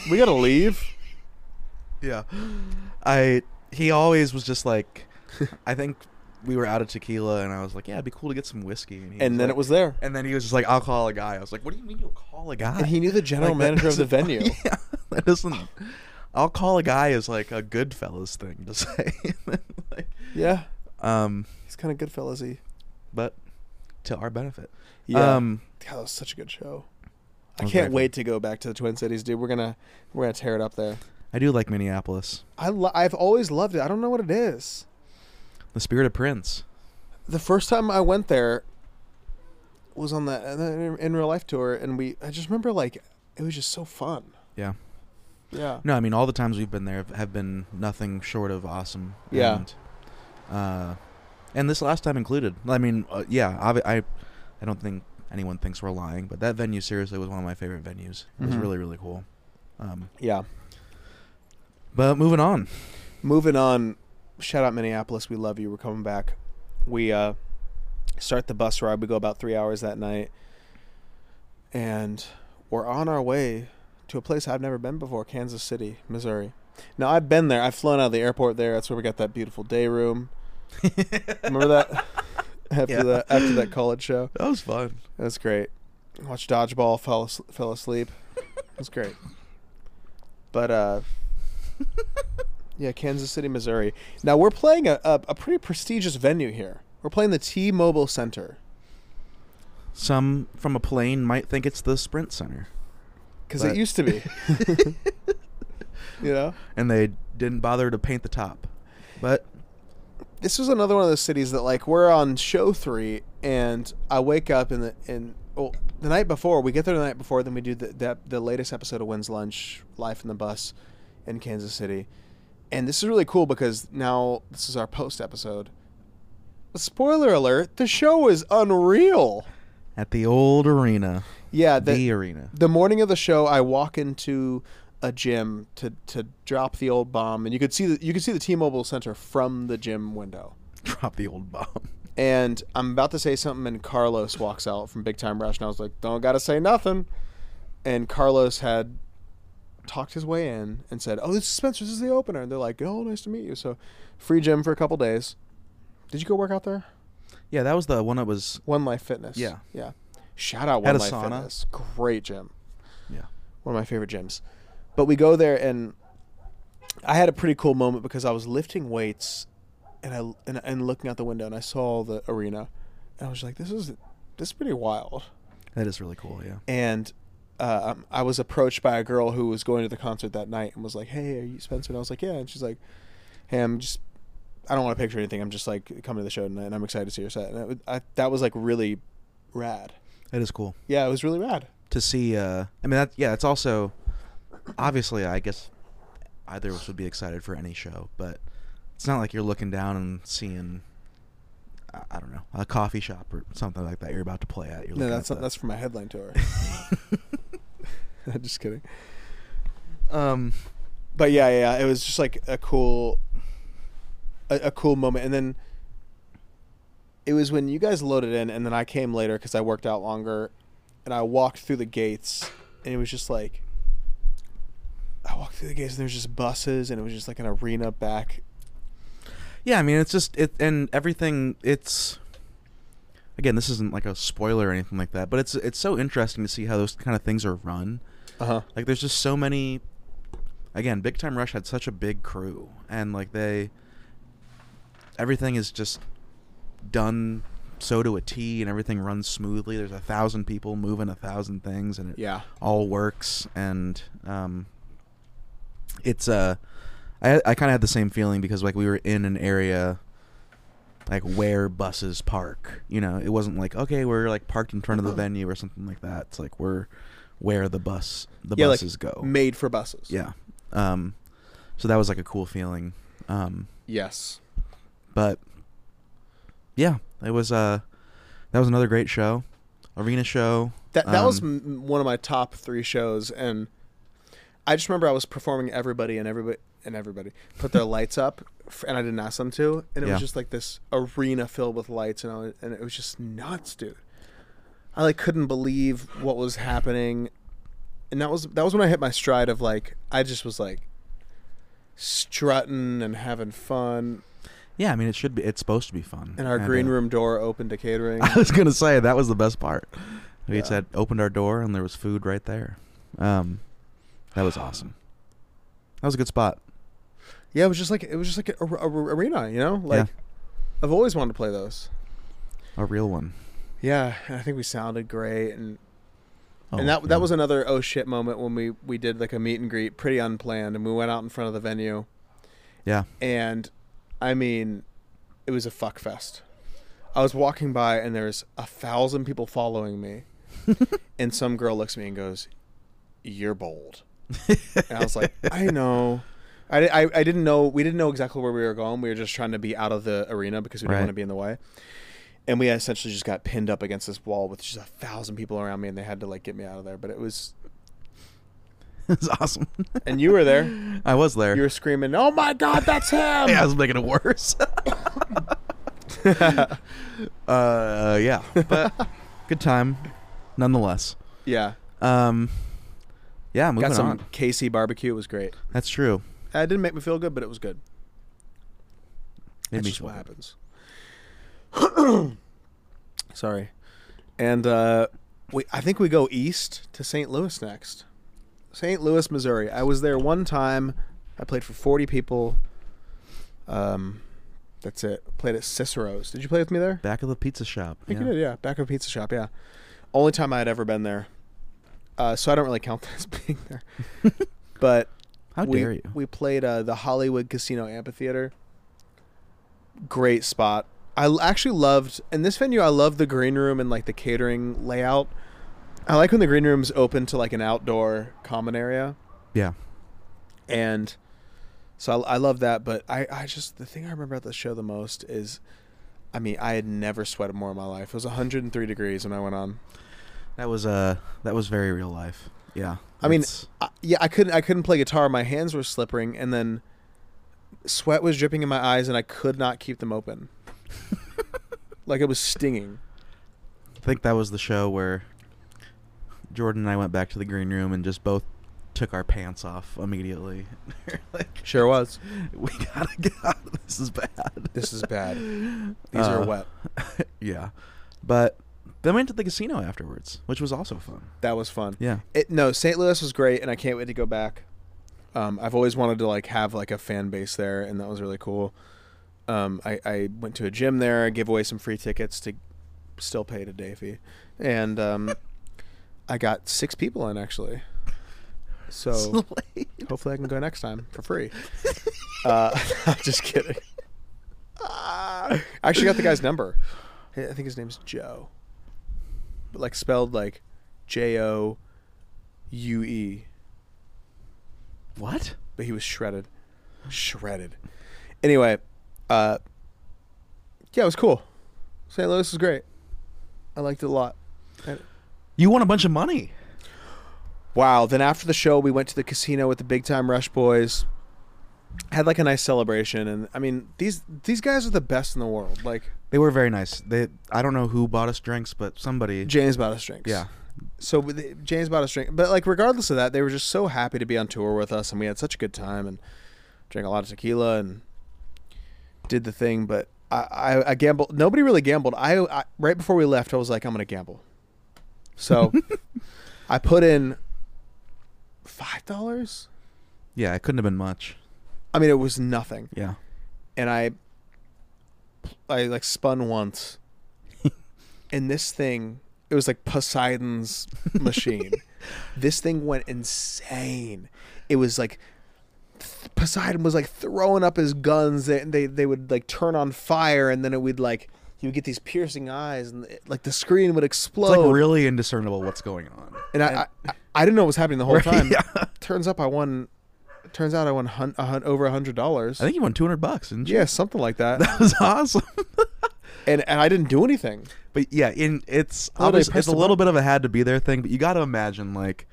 S2: "We gotta leave."
S3: Yeah. I he always was just like I think we were out of tequila and I was like, yeah, it'd be cool to get some whiskey. And, he
S2: and then
S3: like-
S2: it was there.
S3: And then he was just like, I'll call a guy. I was like, what do you mean you'll call a guy?
S2: And he knew the general
S3: Like, that
S2: manager of the
S3: doesn't-
S2: venue.
S3: Yeah, that doesn't. I'll call a guy is like a good fellas thing to say. Like,
S2: Yeah,
S3: um,
S2: he's kind of good, fellas. He.
S3: but to our benefit.
S2: Yeah.
S3: Um,
S2: God, that was such a good show. I
S3: That was
S2: can't
S3: great.
S2: wait to go back to the Twin Cities, dude. We're gonna we're gonna tear it up there.
S3: I do like Minneapolis.
S2: I lo- I've always loved it. I don't know what it is.
S3: The spirit of Prince.
S2: The first time I went there was on the in, in real life tour, and we I just remember like it was just so fun.
S3: Yeah.
S2: Yeah.
S3: No, I mean all the times we've been there have- have been nothing short of awesome.
S2: Yeah.
S3: And, uh, and this last time included. I mean, uh, yeah, obvi- I, I don't think anyone thinks we're lying, but that venue seriously was one of my favorite venues. It was
S2: Mhm.
S3: really really cool. Um,
S2: Yeah.
S3: but moving on.
S2: Moving on. Shout out Minneapolis. We love you. We're coming back. We uh, start the bus ride. We go about three hours that night, and we're on our way to a place I've never been before, Kansas City, Missouri. Now I've been there. I've flown out of the airport there. That's where we got that beautiful day room. Remember that after
S3: Yeah.
S2: that after that college show.
S3: That was fun.
S2: That was great. Watched dodgeball. Fell as- fell asleep. It was great. But uh, yeah, Kansas City, Missouri. Now we're playing a, a, a pretty prestigious venue here. We're playing the T-Mobile Center
S3: Some from a plane might think it's the Sprint Center,
S2: because
S3: But-
S2: it used to be. you know,
S3: and they didn't bother to paint the top. But
S2: this was another one of those cities that like we're on show three, and I wake up in the in well the night before we get there the night before, then we do the that the latest episode of Wins Lunch Life in the Bus in Kansas City, and this is really cool because now this is our post episode. Spoiler alert: the show is unreal.
S3: at the old arena,
S2: Yeah,
S3: the,
S2: the,
S3: arena.
S2: the morning of the show, I walk into a gym to to drop the old bomb, and you could see the you could see the T-Mobile Center from the gym window.
S3: Drop the old bomb.
S2: And I'm about to say something, and Carlos walks out from Big Time Rush, and I was like, "Don't gotta say nothing." And Carlos had talked his way in and said, "Oh, this is Spencer. This is the opener." And they're like, "Oh, nice to meet you." So, free gym for a couple days. Did you go work out there?
S3: Yeah, that was the one that was.
S2: One Life Fitness.
S3: Yeah.
S2: Yeah. Shout out One
S3: Had a
S2: Life
S3: sauna.
S2: Fitness. Great gym.
S3: Yeah.
S2: One of my favorite gyms. But we go there and I had a pretty cool moment because I was lifting weights and I and, and looking out the window and I saw the arena and I was like, this is this is pretty wild.
S3: That is really cool. Yeah.
S2: And um, I was approached by a girl who was going to the concert that night and was like, "Hey, are you Spencer?" And I was like, "Yeah." And she's like, "Hey, I'm just I don't want to picture anything. I'm just like coming to the show tonight, and I'm excited to see your set." And it, wa- I, that was like really rad.
S3: That is cool
S2: Yeah, it was really rad.
S3: to see. Uh, I mean, that yeah, it's also obviously. I guess either of us would be excited for any show, but it's not like you're looking down and seeing. I- I don't know a coffee shop or something like that. You're about to play at. You're
S2: No,
S3: looking
S2: that's
S3: at
S2: not,
S3: the-
S2: that's for my headline tour. just kidding.
S3: um,
S2: But yeah, yeah, yeah, it was just like a cool, a, a cool moment. And then it was when you guys loaded in, and then I came later because I worked out longer, and I walked through the gates, and it was just like, I walked through the gates, and there was just buses, and it was just like an arena back.
S3: Yeah, I mean, it's just it, and everything. It's again, this isn't like a spoiler or anything like that, but it's it's so interesting to see how those kind of things are run.
S2: Uh huh.
S3: Like, there's just so many. Again, Big Time Rush had such a big crew, and like they, everything is just done so to a T, and everything runs smoothly. There's a thousand people moving a thousand things, and it
S2: Yeah.
S3: all works and um it's uh i i kind of had the same feeling because like we were in an area like where buses park you know it wasn't like okay we're like parked in front of the venue or something like that it's like we're where the bus the
S2: yeah,
S3: buses
S2: like
S3: go
S2: made for buses.
S3: yeah um so that was like a cool feeling um
S2: Yes.
S3: but yeah it was uh that was another great show arena show
S2: That that was
S3: um,
S2: m- m- one of my top three shows, and I just remember I was performing everybody and everybody and everybody put their lights up, f- and I didn't ask them to, and it
S3: Yeah.
S2: was just like this arena filled with lights, and I was, and it was just nuts, dude. I like couldn't believe what was happening, and that was that was when I hit my stride of like I just was like strutting and having fun,
S3: yeah i mean it should be it's supposed to be fun
S2: and our green
S3: uh,
S2: room door opened to catering.
S3: I was gonna say that was the best part. We
S2: Yeah.
S3: just had opened our door and there was food right there. Um, that was awesome. That was a good spot.
S2: Yeah, it was just like it was just like an arena, you know. Like I've always wanted to play those.
S3: A real one.
S2: Yeah, and I think we sounded great, and
S3: Oh,
S2: and that
S3: yeah.
S2: that was another oh shit moment when we we did like a meet and greet, pretty unplanned, and we went out in front of the venue,
S3: yeah.
S2: and I mean, it was a fuck fest. I was walking by and there's a thousand people following me, and some girl looks at me and goes, "You're bold," and I was like, "I know." I, di- I, I didn't know we didn't know exactly where we were going. We were just trying to be out of the arena because we didn't
S3: Right.
S2: want to be in the way. And we essentially just got pinned up against this wall with just a thousand people around me, and they had to like get me out of there. But it was,
S3: it was awesome.
S2: and you were there.
S3: I was there.
S2: You were screaming, "Oh my god, that's him!"
S3: yeah, I was making it worse. uh, yeah, but good time, nonetheless.
S2: yeah.
S3: Um, yeah, moving
S2: Got some
S3: on.
S2: KC barbecue. It was great.
S3: That's true.
S2: Uh, It didn't make me feel good, but it was good.
S3: Made
S2: That's
S3: me
S2: just
S3: feel
S2: what
S3: good.
S2: happens. Sorry. And uh, we, I think we go east to St. Louis next. St. Louis, Missouri. I was there one time. I played for 40 people. Um, that's it. Played at Cicero's. Did you play with me there?
S3: Back of the pizza shop.
S2: I think you did, yeah. Back of a pizza shop, yeah. Only time I had ever been there. Uh, so I don't really count that as being there. but
S3: How
S2: we,
S3: dare you?
S2: We played uh, the Hollywood Casino Amphitheater. Great spot. I l- actually loved in this venue. I love the green room and like the catering layout. I like when the green room's open to like an outdoor common area,
S3: yeah.
S2: and so I, I love that. But I, I just the thing I remember about the show the most is, I mean, I had never sweated more in my life. It was 103 degrees when I went on.
S3: That was uh that was very real life. Yeah.
S2: I mean,
S3: It's-
S2: I, yeah, I couldn't. I couldn't play guitar. My hands were slippering, and then sweat was dripping in my eyes, and I could not keep them open. like it was stinging.
S3: I think that was the show where Jordan and I went back to the green room and just both took our pants off immediately. We're like,
S2: Sure was.
S3: we gotta get out. of This is bad.
S2: This is bad. These are
S3: Uh,
S2: wet.
S3: yeah, but then we went to the casino afterwards, which was also fun.
S2: That was fun.
S3: Yeah,
S2: It, no, St. Louis was great, and I can't wait to go back. Um, I've always wanted to like have like a fan base there, and that was really cool. Um, I, I went to a gym there. I gave away some free tickets to still pay to Davey, and um, I got six people in actually. So hopefully I can go next time for free. Uh, just kidding. Ah, I actually got the guy's number. I I think his name's Joe. But like spelled like J O U E.
S3: what?
S2: But he was shredded. Shredded. Anyway, uh yeah, it was cool. St. Louis was great. I liked it a lot. And-
S3: You won a bunch of money.
S2: Wow. Then after the show, we went to the casino with the Big Time Rush boys. Had like a nice celebration, and I mean these these guys are the best in the world. Like
S3: They were very nice. They I don't know who bought us drinks, but somebody.
S2: James bought us drinks.
S3: yeah,
S2: So with the- James bought us drink, but like regardless of that, they were just so happy to be on tour with us, and we had such a good time and drank a lot of tequila and did the thing. But I, I, I gambled. Nobody really gambled. I, I right before we left, I was like, I'm gonna gamble. So I put in five dollars.
S3: yeah. It couldn't have been much.
S2: I mean, it was nothing.
S3: Yeah.
S2: and I I like spun once. and this thing, it was like Poseidon's machine. this thing went insane. It was like th- Poseidon was like throwing up his guns they, they they would like turn on fire and then it would like you would get these piercing eyes and it- like the screen would explode
S3: It's like really indiscernible what's going on.
S2: and I, I I didn't know what was happening the whole
S3: Right,
S2: time
S3: yeah.
S2: turns up I won turns out I won hun- a hun- over a hundred dollars
S3: I think you won 200 bucks, didn't you?
S2: yeah something like that
S3: That was awesome.
S2: and, and I didn't do anything.
S3: but yeah, in it's
S2: Well, they
S3: obvious,
S2: pressed
S3: it's a
S2: the
S3: little bit of a had to be there thing, but you got to imagine like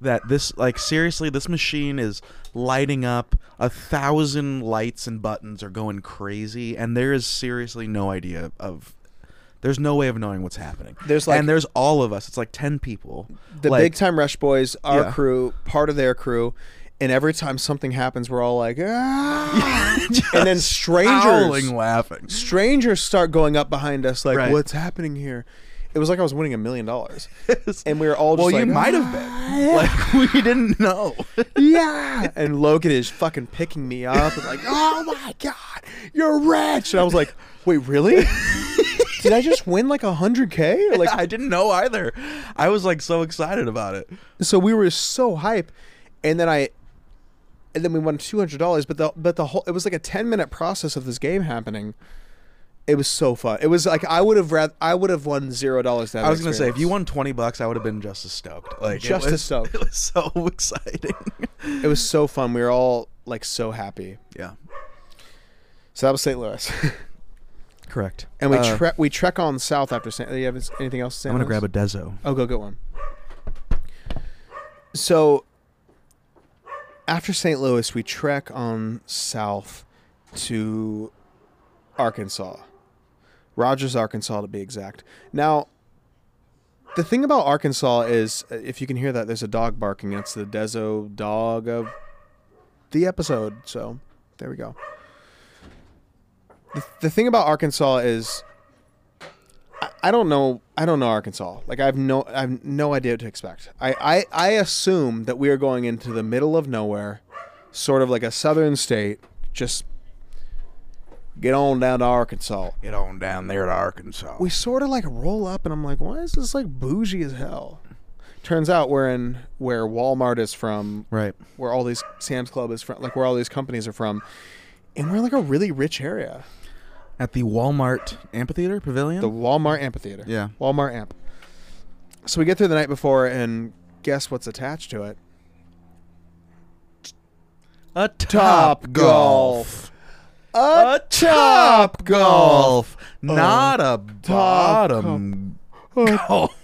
S3: that this like seriously this machine is lighting up a thousand lights and buttons are going crazy and there is seriously no idea of there's no way of knowing what's happening
S2: There's, like-
S3: and there's all of us it's like 10 people
S2: The
S3: Like,
S2: big time Rush boys, our
S3: Yeah.
S2: crew, part of their crew, and every time something happens, we're all like, ah! and then
S3: just
S2: strangers,
S3: howling laughing
S2: strangers start going up behind us, like,
S3: Right.
S2: what's happening here? It was like I was winning a million dollars, and we were all just
S3: well
S2: like, "Ah,
S3: you might have been like we didn't know
S2: yeah. And Logan is fucking picking me up and like, oh my god, you're rich. And I was like, wait, really? Did I just win like hundred k? Like,
S3: I didn't know either. I was like so excited about it.
S2: so we were so hype and then i and then we won $200 but the but the whole it was like a 10 minute process of this game happening it was so fun it was like i would have rather i would have won zero dollars that
S3: I was gonna say if you won twenty bucks, I would have been just as stoked. Like it
S2: Just as
S3: was-
S2: stoked.
S3: It was so exciting.
S2: it was so fun we were all like so happy
S3: yeah,
S2: so that was st louis
S3: correct.
S2: and we
S3: Uh,
S2: tre- we trek on south after st do you have anything else to say
S3: I'm gonna grab a Dezo.
S2: oh go get one so after st louis we trek on south to Arkansas. Rogers, Arkansas, to be exact. Now, the thing about Arkansas is, uh, if you can hear that, there's a dog barking. It's the Dezo dog of the episode. So, there we go. The, the thing about Arkansas is, I, I don't know. I don't know Arkansas. Like I have no, I have no idea what to expect. I, I, I assume that we are going into the middle of nowhere, sort of like a southern state, just get on down to Arkansas.
S3: Get on down there to Arkansas.
S2: We sort of like roll up, and I'm like, why is this like bougie as hell? Turns out we're in where Walmart is from,
S3: right.
S2: where all these Sam's Club is from, like where all these companies are from, and we're in, like a really rich area.
S3: At the Walmart amphitheater pavilion.
S2: The Walmart amphitheater.
S3: Yeah.
S2: Walmart amp. So we get there the night before, and guess what's attached to it?
S3: a
S2: Top Golf. A Top Golf.
S3: not a bottom golf.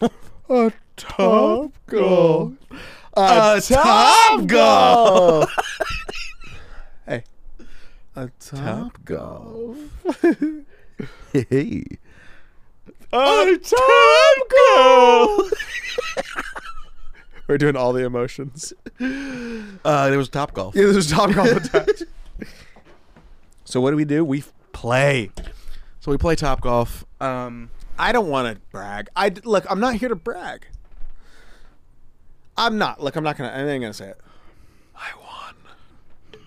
S2: A Top Golf.
S3: A top golf.
S2: hey. A Top
S3: Top golf. hey.
S2: A Top Golf. We're doing all the emotions.
S3: Uh, there was Top Golf.
S2: Yeah, there's Top Golf attached. so what do we do? We f- play.
S3: So we play Top Golf. Um,
S2: I don't want to brag. I d- look. I'm not here to brag. I'm not. Look, I'm not gonna. I ain't gonna say it. I won.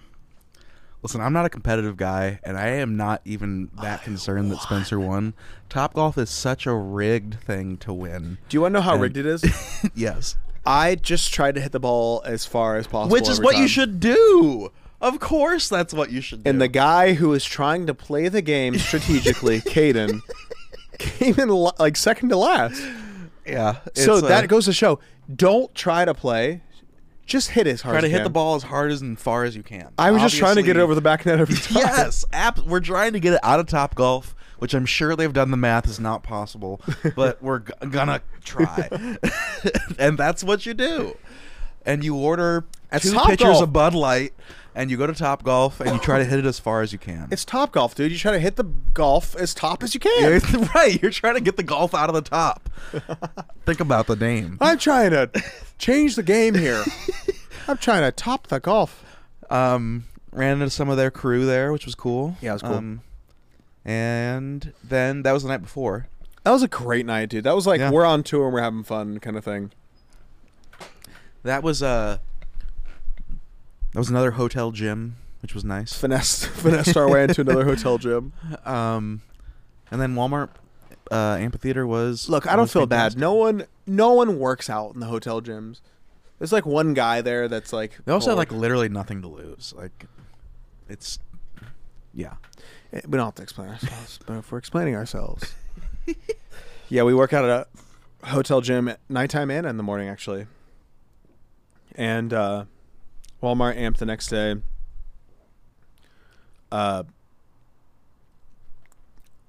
S3: listen, I'm not a competitive guy, and I am not even that concerned that Spencer won. Top Golf is such a rigged thing to win.
S2: Do you want to know how rigged it is?
S3: yes,
S2: I just tried to hit the ball as far as possible,
S3: which is
S2: every
S3: what you
S2: time.
S3: should do. Of course, that's what you should do.
S2: And the guy who was trying to play the game strategically, Caden, came in la- like second to last.
S3: yeah,
S2: so
S3: it's, uh,
S2: that goes to show: don't try to play, just hit as hard.
S3: try
S2: as
S3: to
S2: you
S3: hit
S2: can.
S3: the ball as hard as and far as you can.
S2: I was just trying to get it
S3: Obviously-
S2: over the back net every time.
S3: Yes, app, we're trying to get it out of Top Golf, which I'm sure they've done the math is not possible, but we're g- gonna try, and that's what you do. And you order
S2: It's
S3: two
S2: Top
S3: pitchers
S2: Golf.
S3: of Bud Light, and you go to Top Golf and you try to hit it as far as you can.
S2: It's top golf, dude. You try to hit the golf as top as you can.
S3: You're- right. You're trying to get the golf out of the top. Think about the name.
S2: I'm trying to change the game here. I'm trying to top the golf.
S3: Um, ran into some of their crew there, which was cool.
S2: Yeah, it was cool.
S3: Um, and then that was the night before.
S2: That was a great night, dude. That was like
S3: Yeah.
S2: we're on tour and we're having fun kind of thing.
S3: That was uh That was another hotel gym, which was nice.
S2: Finesse, finesse our way into another hotel gym.
S3: Um, and then Walmart uh, amphitheater was.
S2: Look, I don't
S3: was
S2: feel bad.
S3: fantastic.
S2: No one, no one works out in the hotel gyms. There's like one guy there that's like.
S3: They also have like
S2: bored.
S3: literally nothing to lose. Like, it's yeah.
S2: Eh, we don't have to explain ourselves, but if we're explaining ourselves, yeah, we work out at a hotel gym at nighttime and in the morning actually, and uh, Walmart amp the next day. Uh,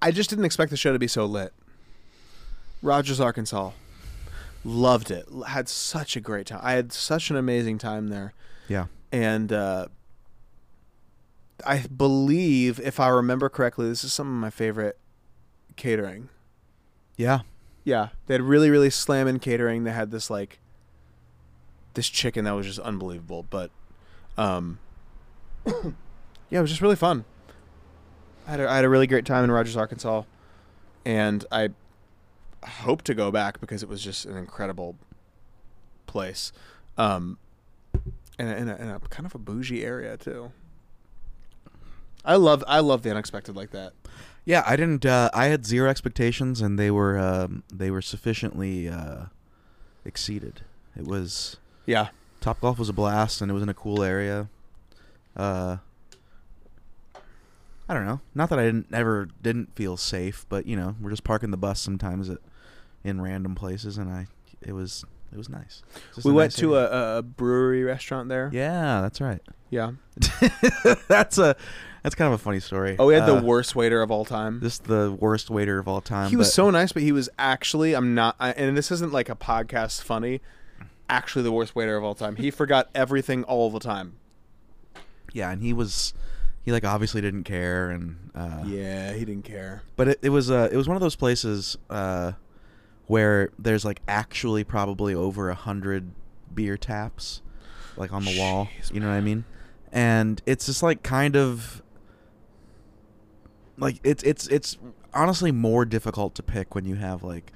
S2: I just didn't expect the show to be so lit. Rogers, Arkansas, loved it. L- Had such a great time. I had such an amazing time there
S3: Yeah.
S2: and uh, I believe, if I remember correctly, this is some of my favorite catering.
S3: Yeah.
S2: Yeah, they had really, really slamming catering. They had this like this chicken that was just unbelievable. But um, yeah, it was just really fun. I had a, I had a really great time in Rogers, Arkansas, and I hope to go back because it was just an incredible place, um, and in a, in a kind of a bougie area too. I love I love the unexpected like that.
S3: Yeah, I didn't. Uh, I had zero expectations, and they were um, they were sufficiently uh, exceeded. It was
S2: Yeah,
S3: Top Golf was a blast, and it was in a cool area. Uh, I don't know. Not that I didn't ever didn't feel safe, but you know, we're just parking the bus sometimes at in random places, and I it was it was nice.
S2: we went to a, uh, a brewery restaurant there.
S3: yeah, that's right.
S2: yeah.
S3: that's a that's kind of a funny story.
S2: Oh, we had
S3: Uh,
S2: the worst waiter of all time.
S3: Just the worst waiter of all time.
S2: he was
S3: but-
S2: so nice, but he was actually I'm not, I, and this isn't like a podcast funny. Actually, the worst waiter of all time. He forgot everything all the time.
S3: yeah, and he was he like obviously didn't care, and uh,
S2: Yeah, he didn't care.
S3: but it, it was uh, it was one of those places uh, where there's like actually probably over a hundred beer taps like on the wall you know what i mean and it's just like kind of like it's it's it's honestly more difficult to pick when you have like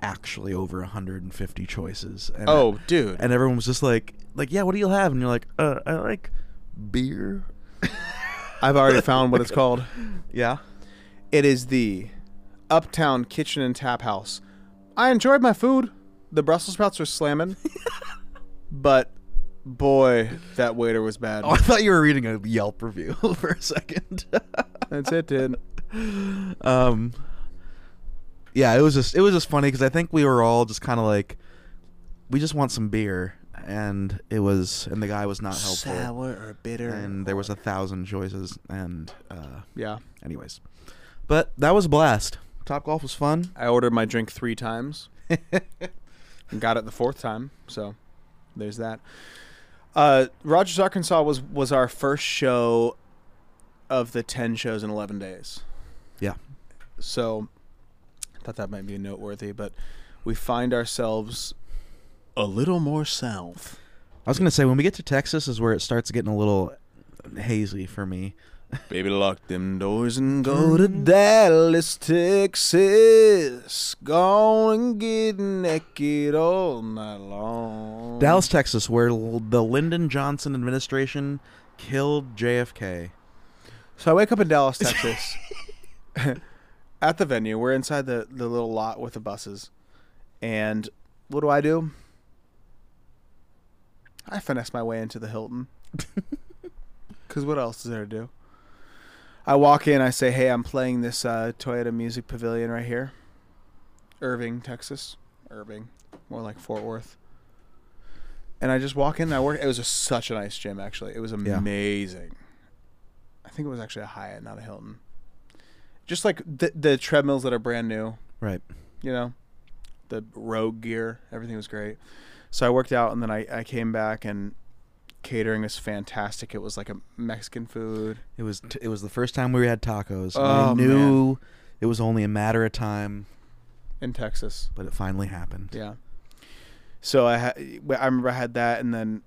S3: actually over 150 choices and
S2: Oh, dude.
S3: and everyone was just like like yeah what do you have and you're like uh i like beer
S2: I've already found what it's called.
S3: yeah
S2: It is the Uptown Kitchen and Tap House. I enjoyed my food. The Brussels sprouts were slamming, but boy, that waiter was bad.
S3: oh i thought you were reading a yelp review for a second
S2: That's it, dude.
S3: um yeah it was just it was just funny because i think we were all just kind of like we just want some beer and it was and the guy was not helpful
S2: or bitter.
S3: and there was a thousand choices and uh
S2: yeah.
S3: anyways but that was a blast top golf was fun
S2: I ordered my drink three times. and got it the fourth time, so there's that. Uh, Rogers, Arkansas was was our first show of the ten shows in eleven days.
S3: yeah
S2: So I thought that might be noteworthy, but we find ourselves a little more south.
S3: I was gonna say when we get to Texas is where it starts getting a little hazy for me.
S2: Baby, lock them doors and go to Dallas, Texas. Go and get naked all night long.
S3: Dallas, Texas, where l- the Lyndon Johnson administration killed JFK.
S2: So I wake up in Dallas, Texas, at the venue. We're inside the, the little lot with the buses. And what do I do? I finesse my way into the Hilton. Because what else is there to do? I walk in, I say, hey, I'm playing this uh, Toyota Music Pavilion right here. Irving, Texas. Irving. More like Fort Worth. And I just walk in and I work. It was a, such a nice gym, actually. It was amazing. I think it was actually a Hyatt, not a Hilton. Just like the, the treadmills that are brand new,
S3: Right.
S2: you know, the rogue gear, everything was great. So I worked out and then I, I came back and catering was fantastic. It was like a Mexican food.
S3: It was t- it was the first time we had tacos. and I
S2: Oh,
S3: knew it was only a matter of time,
S2: in Texas.
S3: but it finally happened.
S2: Yeah. So I ha- I remember I had that, and then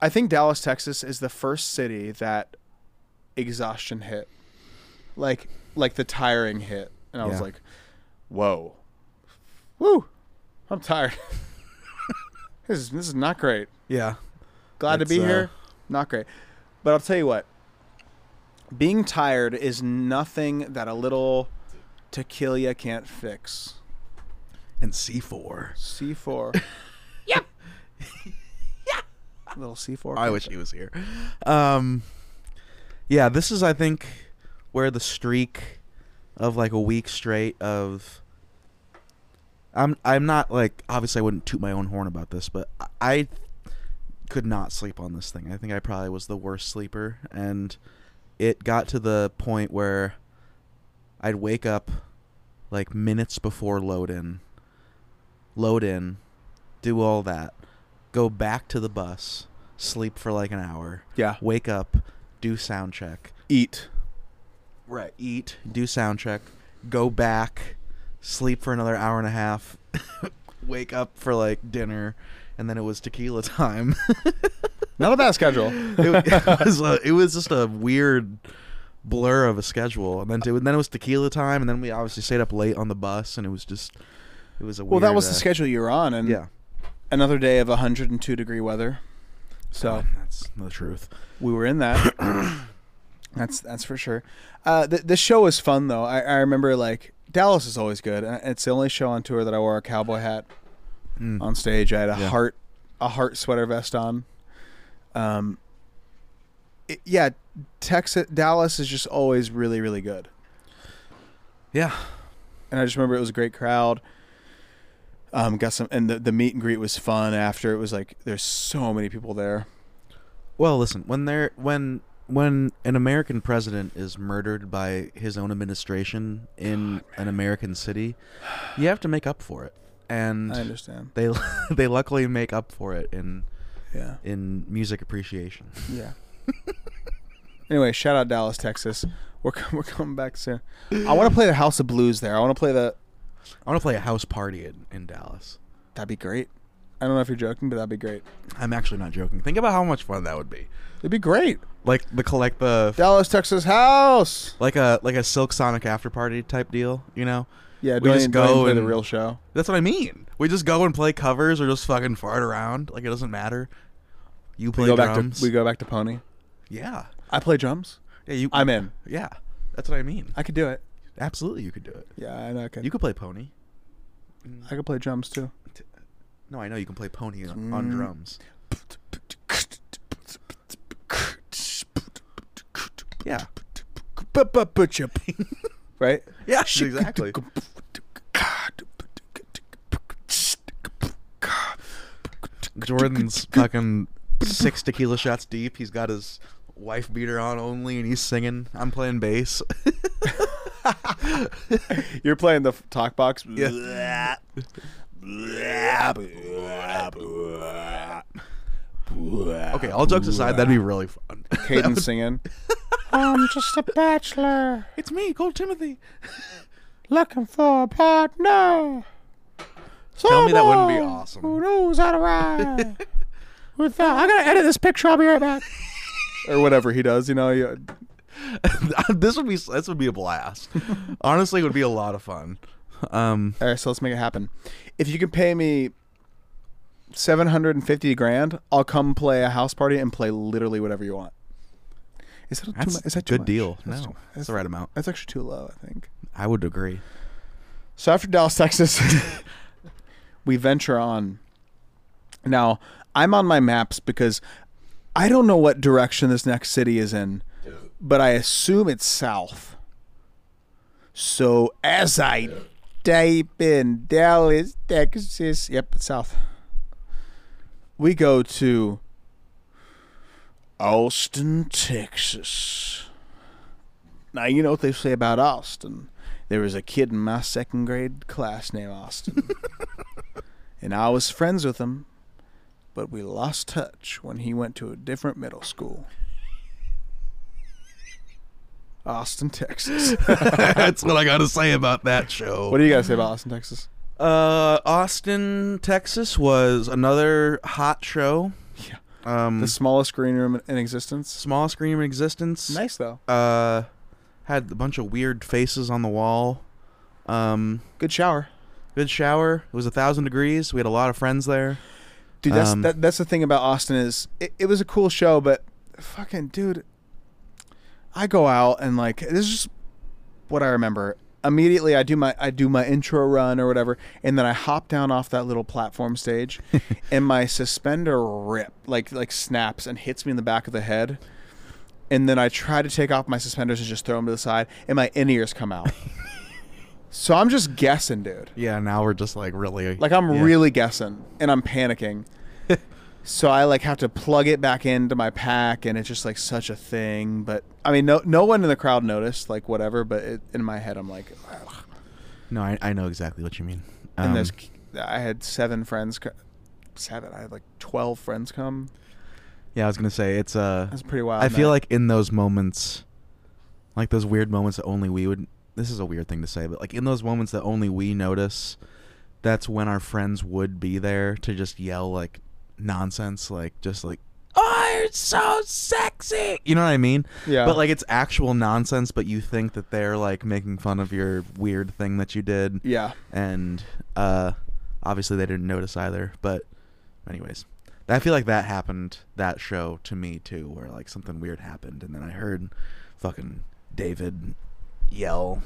S2: I think Dallas, Texas, is the first city that exhaustion hit, like like the tiring hit, and I was
S3: Yeah.
S2: like, "Whoa, woo, I'm tired. this is this is not great.
S3: Yeah.
S2: Glad
S3: That's,
S2: to be
S3: uh,
S2: here. Not great, but I'll tell you what. Being tired is nothing that a little tequila can't fix.
S3: And C4.
S2: C4. yeah. Little C4.
S3: I wish he was here. Um, yeah, this is I think where the streak of like a week straight of I'm I'm not like obviously I wouldn't toot my own horn about this, but I- I could not sleep on this thing. I think I probably was the worst sleeper and it got to the point where I'd wake up like minutes before load in. Load in, do all that, go back to the bus, sleep for like an hour,
S2: Yeah.
S3: wake up, do sound check,
S2: Eat.
S3: right, eat, do sound check, go back, sleep for another hour and a half, wake up for like dinner, and then it was tequila time.
S2: Not a bad schedule.
S3: it, it was a, it was just a weird blur of a schedule, and then to, and then it was tequila time, and then we obviously stayed up late on the bus, and it was just it was a
S2: well,
S3: weird,
S2: that was
S3: uh,
S2: the schedule you were on, and
S3: Yeah,
S2: another day of 102 degree weather. So
S3: that's the truth.
S2: we were in that. that's that's for sure. Uh, the the show was fun though. I, I remember like Dallas is always good. Uh, It's the only show on tour that I wore a cowboy hat on stage. I had a
S3: Yeah.
S2: heart a heart sweater vest on. Um. it- yeah, Texas Dallas is just always really really good.
S3: Yeah,
S2: and I just remember it was a great crowd. Um, got some, and the, the meet and greet was fun. After it was like, there's so many people there.
S3: Well, listen, when they're when when an American president is murdered by his own administration in
S2: Oh,
S3: an American city, you have to make up for it.
S2: I
S3: And
S2: understand.
S3: they they luckily make up for it in
S2: Yeah,
S3: in music appreciation.
S2: yeah. anyway, shout out Dallas, Texas. We're com- we're coming back soon. I want to play the House of Blues there. I want to play the.
S3: I want to play a house party in, in Dallas.
S2: That'd be great. I don't know if you're joking, but that'd be great.
S3: I'm actually not joking. Think about how much fun that would be.
S2: It'd be great.
S3: Like the collect the
S2: Dallas, Texas house.
S3: like a like a Silk Sonic after party type deal, you know?
S2: Yeah,
S3: We
S2: don't
S3: just
S2: even- don't
S3: go
S2: even play the
S3: and-
S2: real show.
S3: That's what I mean. We just go and play covers or just fucking fart around. Like it doesn't matter. You play
S2: We go back
S3: drums.
S2: to we go back to Pony.
S3: Yeah.
S2: I play drums.
S3: Yeah, you.
S2: I'm in.
S3: Yeah, that's what I mean.
S2: I could do it.
S3: Absolutely, you could do it.
S2: Yeah, I know. I could.
S3: You could play pony.
S2: I could play drums too.
S3: No, I know you can play pony on,
S2: Mm.
S3: on drums. Yeah,
S2: right?
S3: yeah, exactly. Jordan's fucking six tequila shots deep. He's got his wife beater on only, and he's singing. I'm playing bass.
S2: You're playing the f- talk box.
S3: Yeah. Okay, all jokes aside, that'd be really fun.
S2: Caden singing. I'm just a bachelor
S3: it's me, Cold Timothy.
S2: looking for a partner.
S4: Tell me that wouldn't be awesome.
S2: Who knows how to ride? With that, I gotta edit this picture. I'll be right back. or whatever he does, you know. You,
S4: this would be this would be a blast. Honestly, it would be a lot of fun. Um,
S2: all right, so let's make it happen. If you could pay me seven hundred and fifty grand, I'll come play a house party and play literally whatever you want. Is that too
S4: that's
S2: much? Is that too
S4: good
S2: much?
S4: deal?
S2: That's
S4: no,
S2: too-
S4: that's the right amount.
S2: That's actually too low, I think.
S4: I would agree.
S2: So after Dallas, Texas, we venture on. Now, I'm on my maps because I don't know what direction this next city is in, but I assume it's south. So as I type in Dallas, Texas, yep, it's south. We go to Austin, Texas. Now you know what they say about Austin. There was a kid in my second grade class named Austin, and I was friends with him, but we lost touch when he went to a different middle school. Austin, Texas.
S4: that's what I got to say about that show.
S2: what do you guys say about Austin, Texas?
S3: Uh, Austin, Texas was another hot show.
S2: Yeah.
S3: Um,
S2: The smallest green room in existence.
S3: small screen in existence.
S2: Nice though.
S3: Uh, had a bunch of weird faces on the wall. Um,
S2: Good shower.
S3: good shower. It was a thousand degrees. We had a lot of friends there.
S2: Dude, that's
S3: Um,
S2: that, that's the thing about Austin is it, it was a cool show, but fucking dude, I go out and like this is just what I remember. Immediately, I do my I do my intro run or whatever, and then I hop down off that little platform stage, and my suspender rip like like snaps and hits me in the back of the head, and then I try to take off my suspenders and just throw them to the side, and my in ears come out. so I'm just guessing, dude.
S4: yeah, now we're just like really
S2: Like I'm
S4: yeah.
S2: really guessing and I'm panicking. so I like have to plug it back into my pack and it's just like such a thing, but I mean no no one in the crowd noticed like whatever, but it, in my head I'm like "Ugh."
S3: No, I, I know exactly what you mean.
S2: and
S3: Um,
S2: there's I had seven friends co- seven I had like 12 friends come.
S3: yeah, I was gonna say it's uh,
S2: That's a pretty wild.
S3: I feel
S2: night.
S3: like in those moments, like those weird moments that only we would. This is a weird thing to say, but like in those moments that only we notice, that's when our friends would be there to just yell like nonsense, like just like, "Oh, you're so sexy," you know what I mean?
S2: Yeah.
S3: But like it's actual nonsense, but you think that they're like making fun of your weird thing that you did,
S2: yeah.
S3: and uh, obviously they didn't notice either. But anyways, I feel like that happened that show to me too, where like something weird happened, and then I heard fucking David yell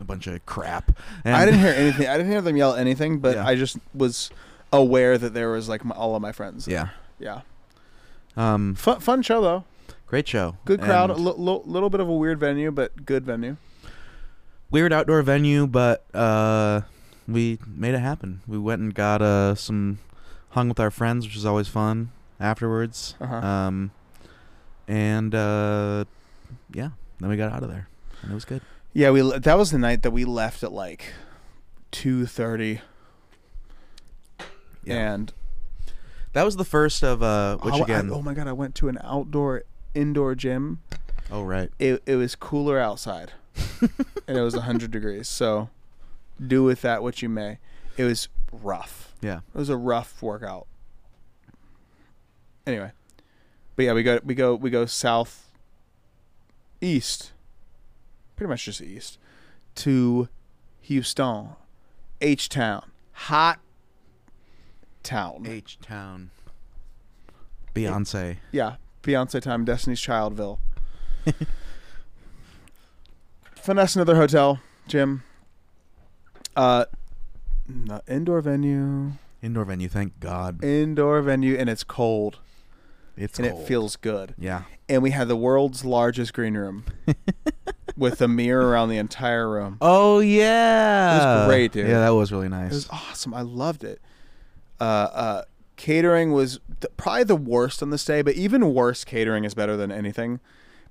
S3: a bunch of crap. And
S2: I didn't hear anything. I didn't hear them yell anything, but
S3: Yeah.
S2: I just was aware that there was like my, all of my friends.
S3: Yeah.
S2: Yeah.
S3: Um,
S2: Fun fun show though.
S3: great show.
S2: Good crowd, a
S3: And
S2: li- li- little bit of a weird venue, but good venue.
S3: weird outdoor venue, but uh, we made it happen. We went and got uh some hung with our friends, which is always fun afterwards.
S2: Uh-huh.
S3: Um, and uh, yeah, then we got out of there, and it was good.
S2: Yeah, we le- that was the night that we left at like two thirty.
S3: Yeah.
S2: And
S3: That was the first of uh, which
S2: oh, I-
S3: again?
S2: oh my god, I went to an outdoor indoor gym.
S3: oh right,
S2: It it was cooler outside, and it was hundred degrees. So do with that what you may. It was rough.
S3: yeah.
S2: It was a rough workout. Anyway, but yeah, we go we go we go south, east, pretty much just east to Houston, H town, hot town.
S3: H Town. Beyonce.
S2: Yeah, Beyonce time, Destiny's Childville. Finesse another hotel, Jim. Uh, the indoor venue,
S3: Indoor venue, thank God.
S2: indoor venue, and it's cold.
S3: It's
S2: and
S3: cold.
S2: it feels good.
S3: yeah.
S2: And we had the world's largest green room with a mirror around the entire room.
S3: Oh yeah.
S2: It was great, dude.
S3: Yeah, that was really
S2: It
S3: nice.
S2: was awesome. I loved it. Uh, uh, catering was th- probably the worst on this day, but even worse catering is better than anything.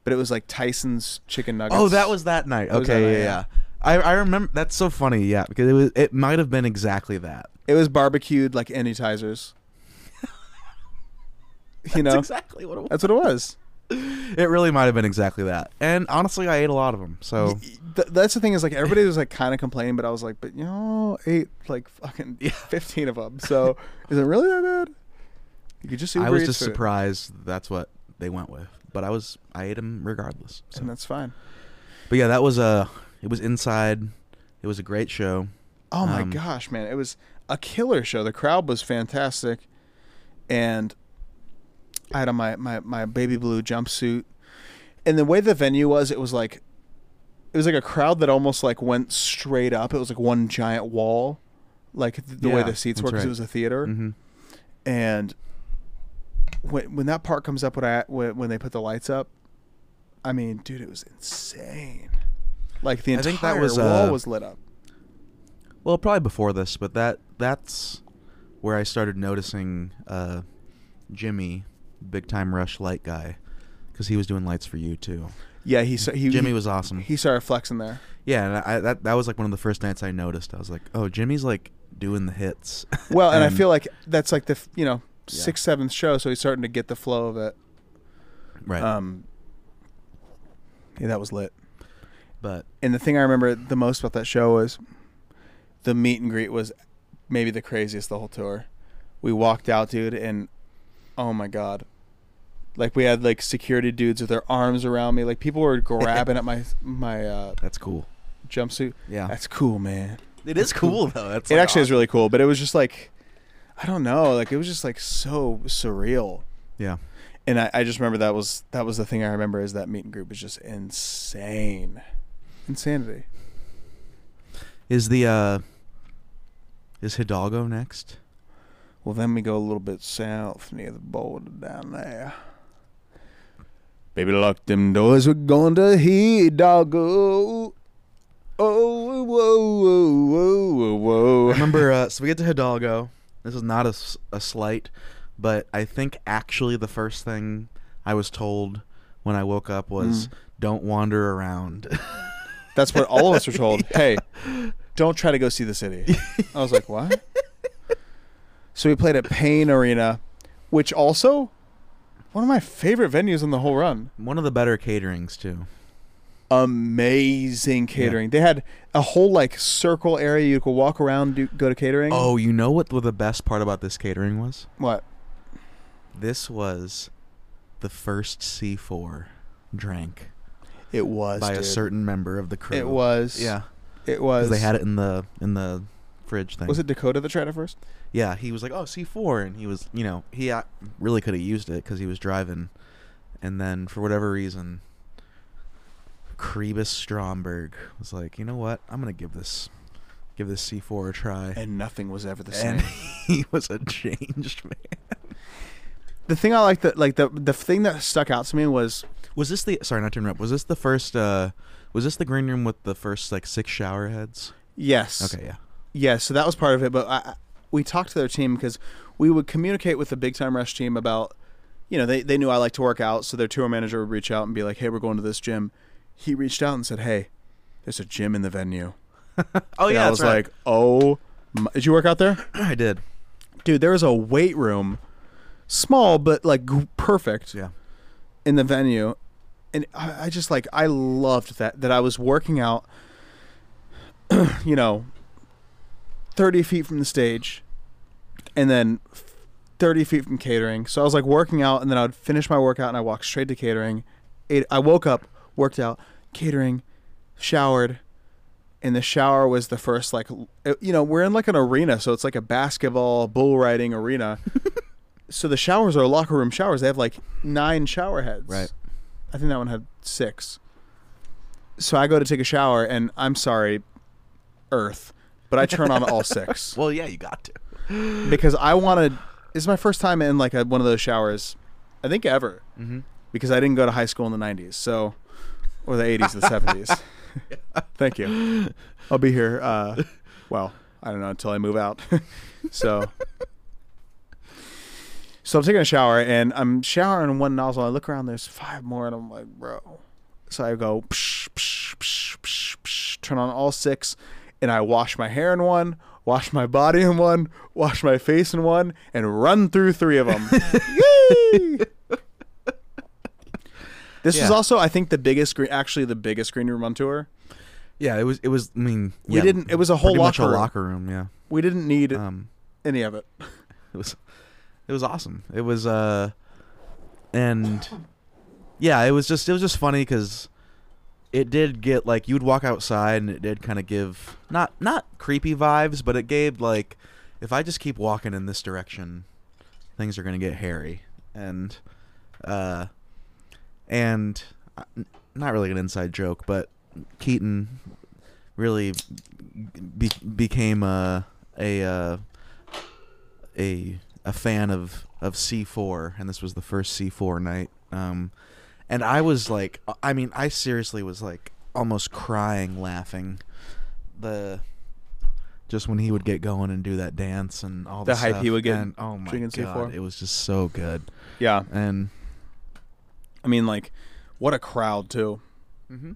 S2: But it was like Tyson's chicken nuggets.
S3: Oh, that was that night. Okay,
S2: was that
S3: yeah,
S2: night,
S3: yeah.
S2: yeah.
S3: I, I remember. That's so funny. Yeah, because it was. It might have been exactly that.
S2: it was barbecued like any Tysers. you know,
S3: exactly what it was.
S2: that's what it was.
S3: It really might have been exactly that. And honestly, I ate a lot of them. So
S2: Th- that's the thing is like everybody was like kind of complaining, but I was like, but you know, I ate like fucking fifteen of them. So is it really that bad? You could just Uber
S3: I was
S2: Eats
S3: just
S2: it,
S3: surprised that's what they went with. But I was I ate them regardless. So.
S2: and that's fine.
S3: But yeah, that was a it was inside. It was a great show.
S2: Oh my
S3: Um,
S2: gosh, man. It was a killer show. The crowd was fantastic. And I had on my, my, my baby blue jumpsuit. And the way the venue was, it was like it was like a crowd that almost like went straight up. It was like one giant wall. Like th- the way
S3: Yeah,
S2: the seats were because
S3: that's
S2: it
S3: right.
S2: was a theater.
S3: Mm-hmm.
S2: And when when that part comes up when I when, when they put the lights up, I mean, dude, it was insane. Like the
S3: I
S2: entire
S3: think that was,
S2: wall
S3: uh,
S2: was lit up.
S3: Well, probably before this, but that that's where I started noticing uh, Jimmy, big time Rush light guy, because he was doing lights for you too.
S2: Yeah, he sa- he
S3: Jimmy
S2: he-
S3: was awesome.
S2: He started flexing there.
S3: yeah, and I, that that was like one of the first nights I noticed. I was like, oh, Jimmy's like doing the hits.
S2: Well, and, I feel like that's like the f- you know
S3: Yeah.
S2: sixth seventh show, so he's starting to get the flow of it.
S3: right,
S2: Um, yeah, that was lit.
S3: but
S2: And the thing I remember the most about that show was the meet and greet was maybe the craziest the whole tour. We walked out, dude, and oh my god. Like we had like security dudes with their arms around me. Like people were grabbing at my my uh,
S3: that's cool.
S2: jumpsuit.
S3: Yeah.
S2: That's cool, man.
S3: It is cool though. That's
S2: it actually is really cool but it was just like i don't know like it was just like so surreal
S3: yeah.
S2: and i, I just remember that was that was the thing i remember is that meet and greet was just insane insanity
S3: Is the uh, is Hidalgo next?
S2: well then we go a little bit south near the border down there baby lock them doors we're going to hear doggo Oh, whoa, whoa, whoa, whoa,
S3: I
S2: whoa.
S3: remember, uh, so we get to Hidalgo. This is not a, s- a slight, but I think actually the first thing I was told when I woke up was
S2: Mm.
S3: don't wander around.
S2: That's what all of us were told. Hey, don't try to go see the city. I was like, what? So we played at Payne Arena, which also one of my favorite venues in the whole run.
S3: One of the better caterings, too.
S2: Amazing catering. They had a whole like circle area you could walk around, do, go to catering.
S3: Oh, you know what the best part about this catering was?
S2: what?
S3: This was the first C4 drank
S2: It was
S3: by a
S2: dude.
S3: certain member of the crew.
S2: It was.
S3: Yeah.
S2: It
S3: 'cause
S2: was.
S3: They had it in the in the fridge thing.
S2: Was it Dakota that tried it first?
S3: Yeah, he was like, "Oh, C four," and he was, you know, he uh, really could have used it because he was driving, and then for whatever reason, Krebus Stromberg was like, "You know what? I'm gonna give this, give this C four a try,"
S2: And nothing was ever the same.
S3: and he was a changed man.
S2: the thing I liked that like the the thing that stuck out to me was
S3: Was this the sorry not to interrupt? Was this the first? uh Was this the green room with the first like six shower heads?
S2: yes.
S3: Okay, yeah,
S2: Yeah, so that was part of it. But I, I- we talked to their team because we would communicate with the Big Time Rush team about, you know, they, they knew I like to work out. So their tour manager would reach out and be like, hey, we're going to this gym. He reached out and said, hey, there's a gym in the venue.
S3: oh
S2: and I was like, oh, my. did you work out there?
S3: like, I did,
S2: Dude, there was a weight room, small, but like g- perfect
S3: yeah,
S2: in the venue, and I, I just like I loved that that I was working out, you know, thirty feet from the stage, and then thirty feet from catering. So I was like working out, and then I would finish my workout, and I walked straight to catering. Ate, I woke up, worked out, catering, showered. And the shower was the first, like, l- it- you know, we're in like an arena, so it's like a basketball bull riding arena. so the showers are locker room showers. They have like nine shower heads.
S3: Right.
S2: I think that one had six. So I go to take a shower, and I'm sorry, Earth, but I turn on all six
S3: well, yeah, you got to.
S2: because I wanted. This is my first time in like a, one of those showers, I think ever, mm-hmm. because I didn't go to high school in the '90s, so or the '80s, the '70s. Thank you. I'll be here. Uh, well, I don't know until I move out. so, so I'm taking a shower and I'm showering one nozzle. I look around, there's five more, and I'm like, bro. So I go, psh, psh, psh, psh, psh, turn on all six, and I wash my hair in one, wash my body in one, wash my face in one, and run through three of them. This was
S3: Yeah.
S2: also, I think, the biggest green, actually the biggest green room on tour.
S3: Yeah, it was. It was. I mean,
S2: We
S3: yeah,
S2: didn't- it was a whole
S3: pretty much
S2: locker room.
S3: a locker room. Yeah.
S2: We didn't need
S3: Um,
S2: any of it.
S3: it was. It was awesome. It was. Uh, and yeah, it was just. It was just funny because it did get like you would walk outside and it did kind of give not not creepy vibes, but it gave like if I just keep walking in this direction, things are gonna get hairy and uh and uh, n- not really an inside joke, but Keaton really be- became a a uh, a a fan of of C4, and this was the first C4 night. Um, and I was like, I mean, I seriously was like almost crying, laughing. The just when he would get going and do that dance and all
S2: The
S3: this
S2: hype he
S3: stuff,
S2: would get
S3: and, oh my
S2: drinking
S3: god,
S2: C4.
S3: it was just so good.
S2: Yeah,
S3: And
S2: I mean, like, what a crowd too.
S3: Mm-hmm.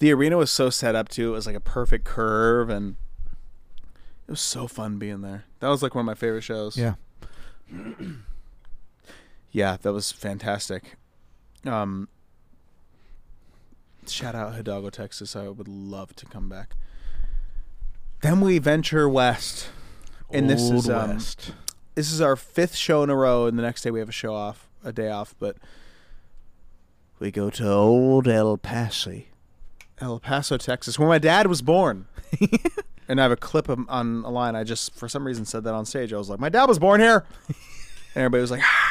S2: The arena was so set up too; it was like a perfect curve, and it was so fun being there. That was like one of my favorite shows.
S3: yeah,
S2: yeah, that was fantastic. Um, shout out Hidalgo, Texas. I would love to come back. Then we venture west, and this
S3: Old
S2: is um,
S3: West.
S2: this is our fifth show in a row, and the next day we have a show off, a day off, but we go to old El Paso, El Paso, Texas, where my dad was born. and I have a clip of, on a line. I just, for some reason, said that on stage. I was like, "My dad was born here," and everybody was like, "Ah."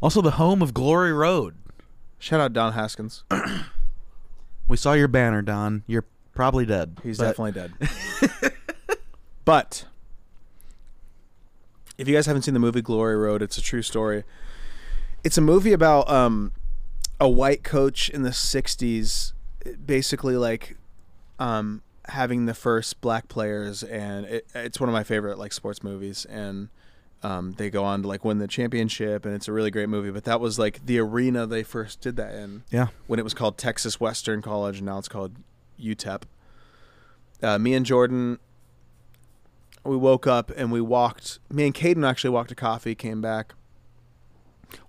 S3: Also, the home of Glory Road.
S2: "Shout out Don Haskins.
S3: We saw your banner, Don. You're probably dead.
S2: He's
S3: but-
S2: definitely dead." but if you guys haven't seen the movie Glory Road, it's a true story. It's a movie about um, a white coach in the '60s, basically like um, having the first black players, and it, it's one of my favorite like sports movies. And um, they go on to like win the championship, and it's a really great movie. But that was like the arena they first did that in.
S3: Yeah.
S2: when it was called Texas Western College, and now it's called UTEP. Uh, me and Jordan we woke up and we walked. Me and Caden actually walked to coffee, came back.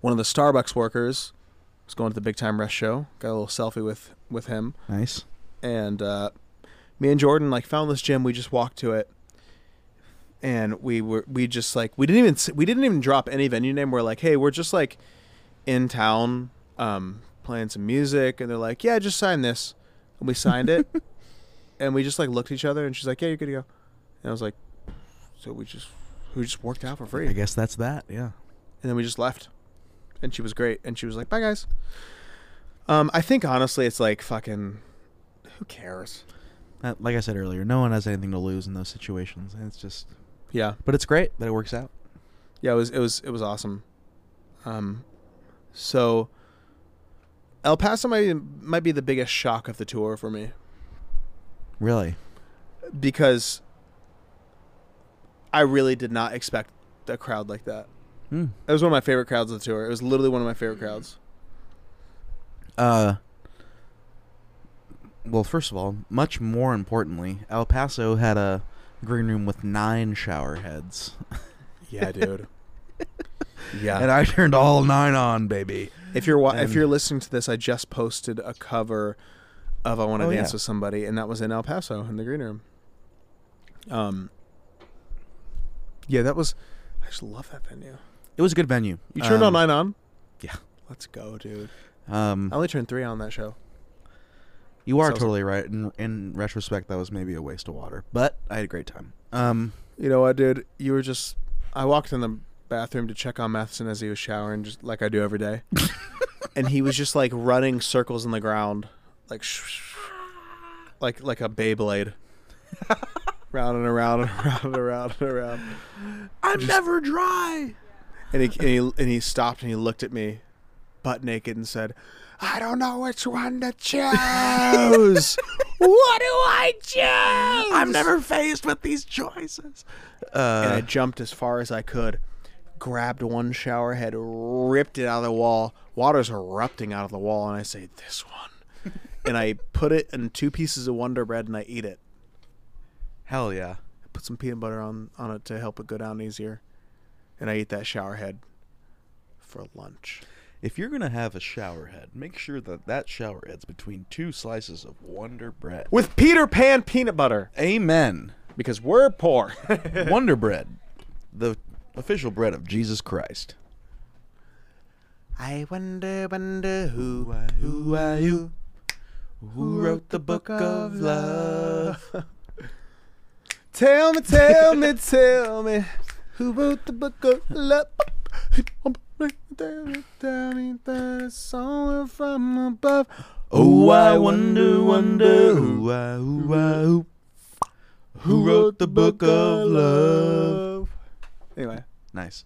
S2: One of the Starbucks workers was going to the Big Time Rush show. Got a little selfie with with him,
S3: Nice.
S2: and uh, me and Jordan like found this gym. We just walked to it, and we were we just like we didn't even s- we didn't even drop any venue name. We're like, hey, we're just like in town, um, playing some music, and they're like, yeah, just sign this, and we signed it, and we just like looked at each other, and she's like, yeah, you're good to go, and I was like, so we just we just worked out for free,
S3: I guess that's that. Yeah.
S2: and then we just left. And she was great. And she was like, "Bye, guys." Um, I think honestly, it's like fucking, who cares?
S3: Uh, like I said earlier, no one has anything to lose in those situations. and It's just,
S2: Yeah,
S3: but it's great that it works out.
S2: yeah. It was it was it was awesome. Um, so El Paso might might be the biggest shock of the tour for me
S3: Really.
S2: because I really did not expect a crowd like that.
S3: Hmm.
S2: It was one of my favorite crowds of the tour. It was literally one of my favorite crowds.
S3: Uh. Well, first of all, much more importantly, El Paso had a green room with nine shower heads,
S2: Yeah, dude. yeah,
S3: and I turned all nine on, baby.
S2: If you're wa- if
S3: And-
S2: you're listening to this, I just posted a cover of "I Want to
S3: Oh,
S2: Dance
S3: yeah.
S2: with Somebody," and that was in El Paso in the green room. Um, yeah, that was. I just love that venue.
S3: It was a good venue.
S2: You turned all
S3: Um,
S2: nine on.
S3: yeah.
S2: let's go, dude.
S3: Um,
S5: Oh,
S2: I only turned three on that show.
S3: You are
S2: Sounds-
S3: totally right. In, in retrospect, that was maybe a waste of water, but I had a great time. Um,
S2: You know what, dude? You were just. I walked in the bathroom to check on Matheson as he was showering, just like I do every day, and he was just like running circles in the ground, like sh- like like a Beyblade, round and around and around and around and around.
S3: I'm never dry.
S2: And he, and he and he stopped and he looked at me, butt naked, and said, "I don't know which one to choose. what do I choose?"
S3: I'm never faced with these choices.
S2: and I
S3: Uh,
S2: jumped as far as I could, grabbed one shower head, ripped it out of the wall. Water's erupting out of the wall, and I say, This one. and I put it in two pieces of Wonder Bread and I eat it.
S3: hell yeah.
S2: I put some peanut butter on, on it to help it go down easier. And I eat that shower head for lunch.
S3: if you're gonna have a shower head, make sure that that shower head's between two slices of Wonder Bread.
S6: With Peter Pan peanut butter
S3: Amen.
S6: because we're poor.
S3: Wonder Bread, the official bread of Jesus Christ.
S5: I wonder, wonder who, who are you? Who wrote the book of love?
S2: Tell me, tell me, tell me.
S6: Who wrote the book of love?
S2: Tell me, tell me that it's all from above.
S3: Oh, I wonder, wonder who, I, who, I, who, who wrote the book of love?
S2: Anyway,
S3: Nice.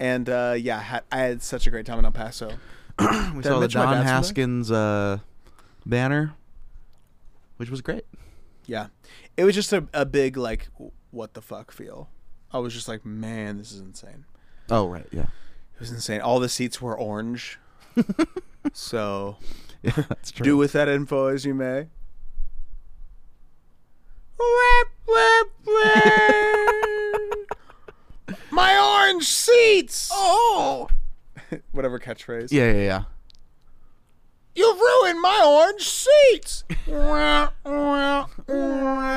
S2: and uh, yeah, ha- I had such a great time in El Paso.
S3: We
S2: Did I
S3: saw
S2: mention
S3: the
S2: my
S3: Don
S2: dad's today?
S3: Haskins uh, banner, which was great.
S2: Yeah, it was just a, a big like w- what the fuck feel. I was just like, man, this is insane.
S3: Oh right, yeah.
S2: It was insane. All the seats were orange. so
S3: Yeah, that's true.
S2: do with that info as you may. My orange seats. Oh, whatever catchphrase.
S3: yeah, yeah, yeah.
S2: You ruined my orange seats.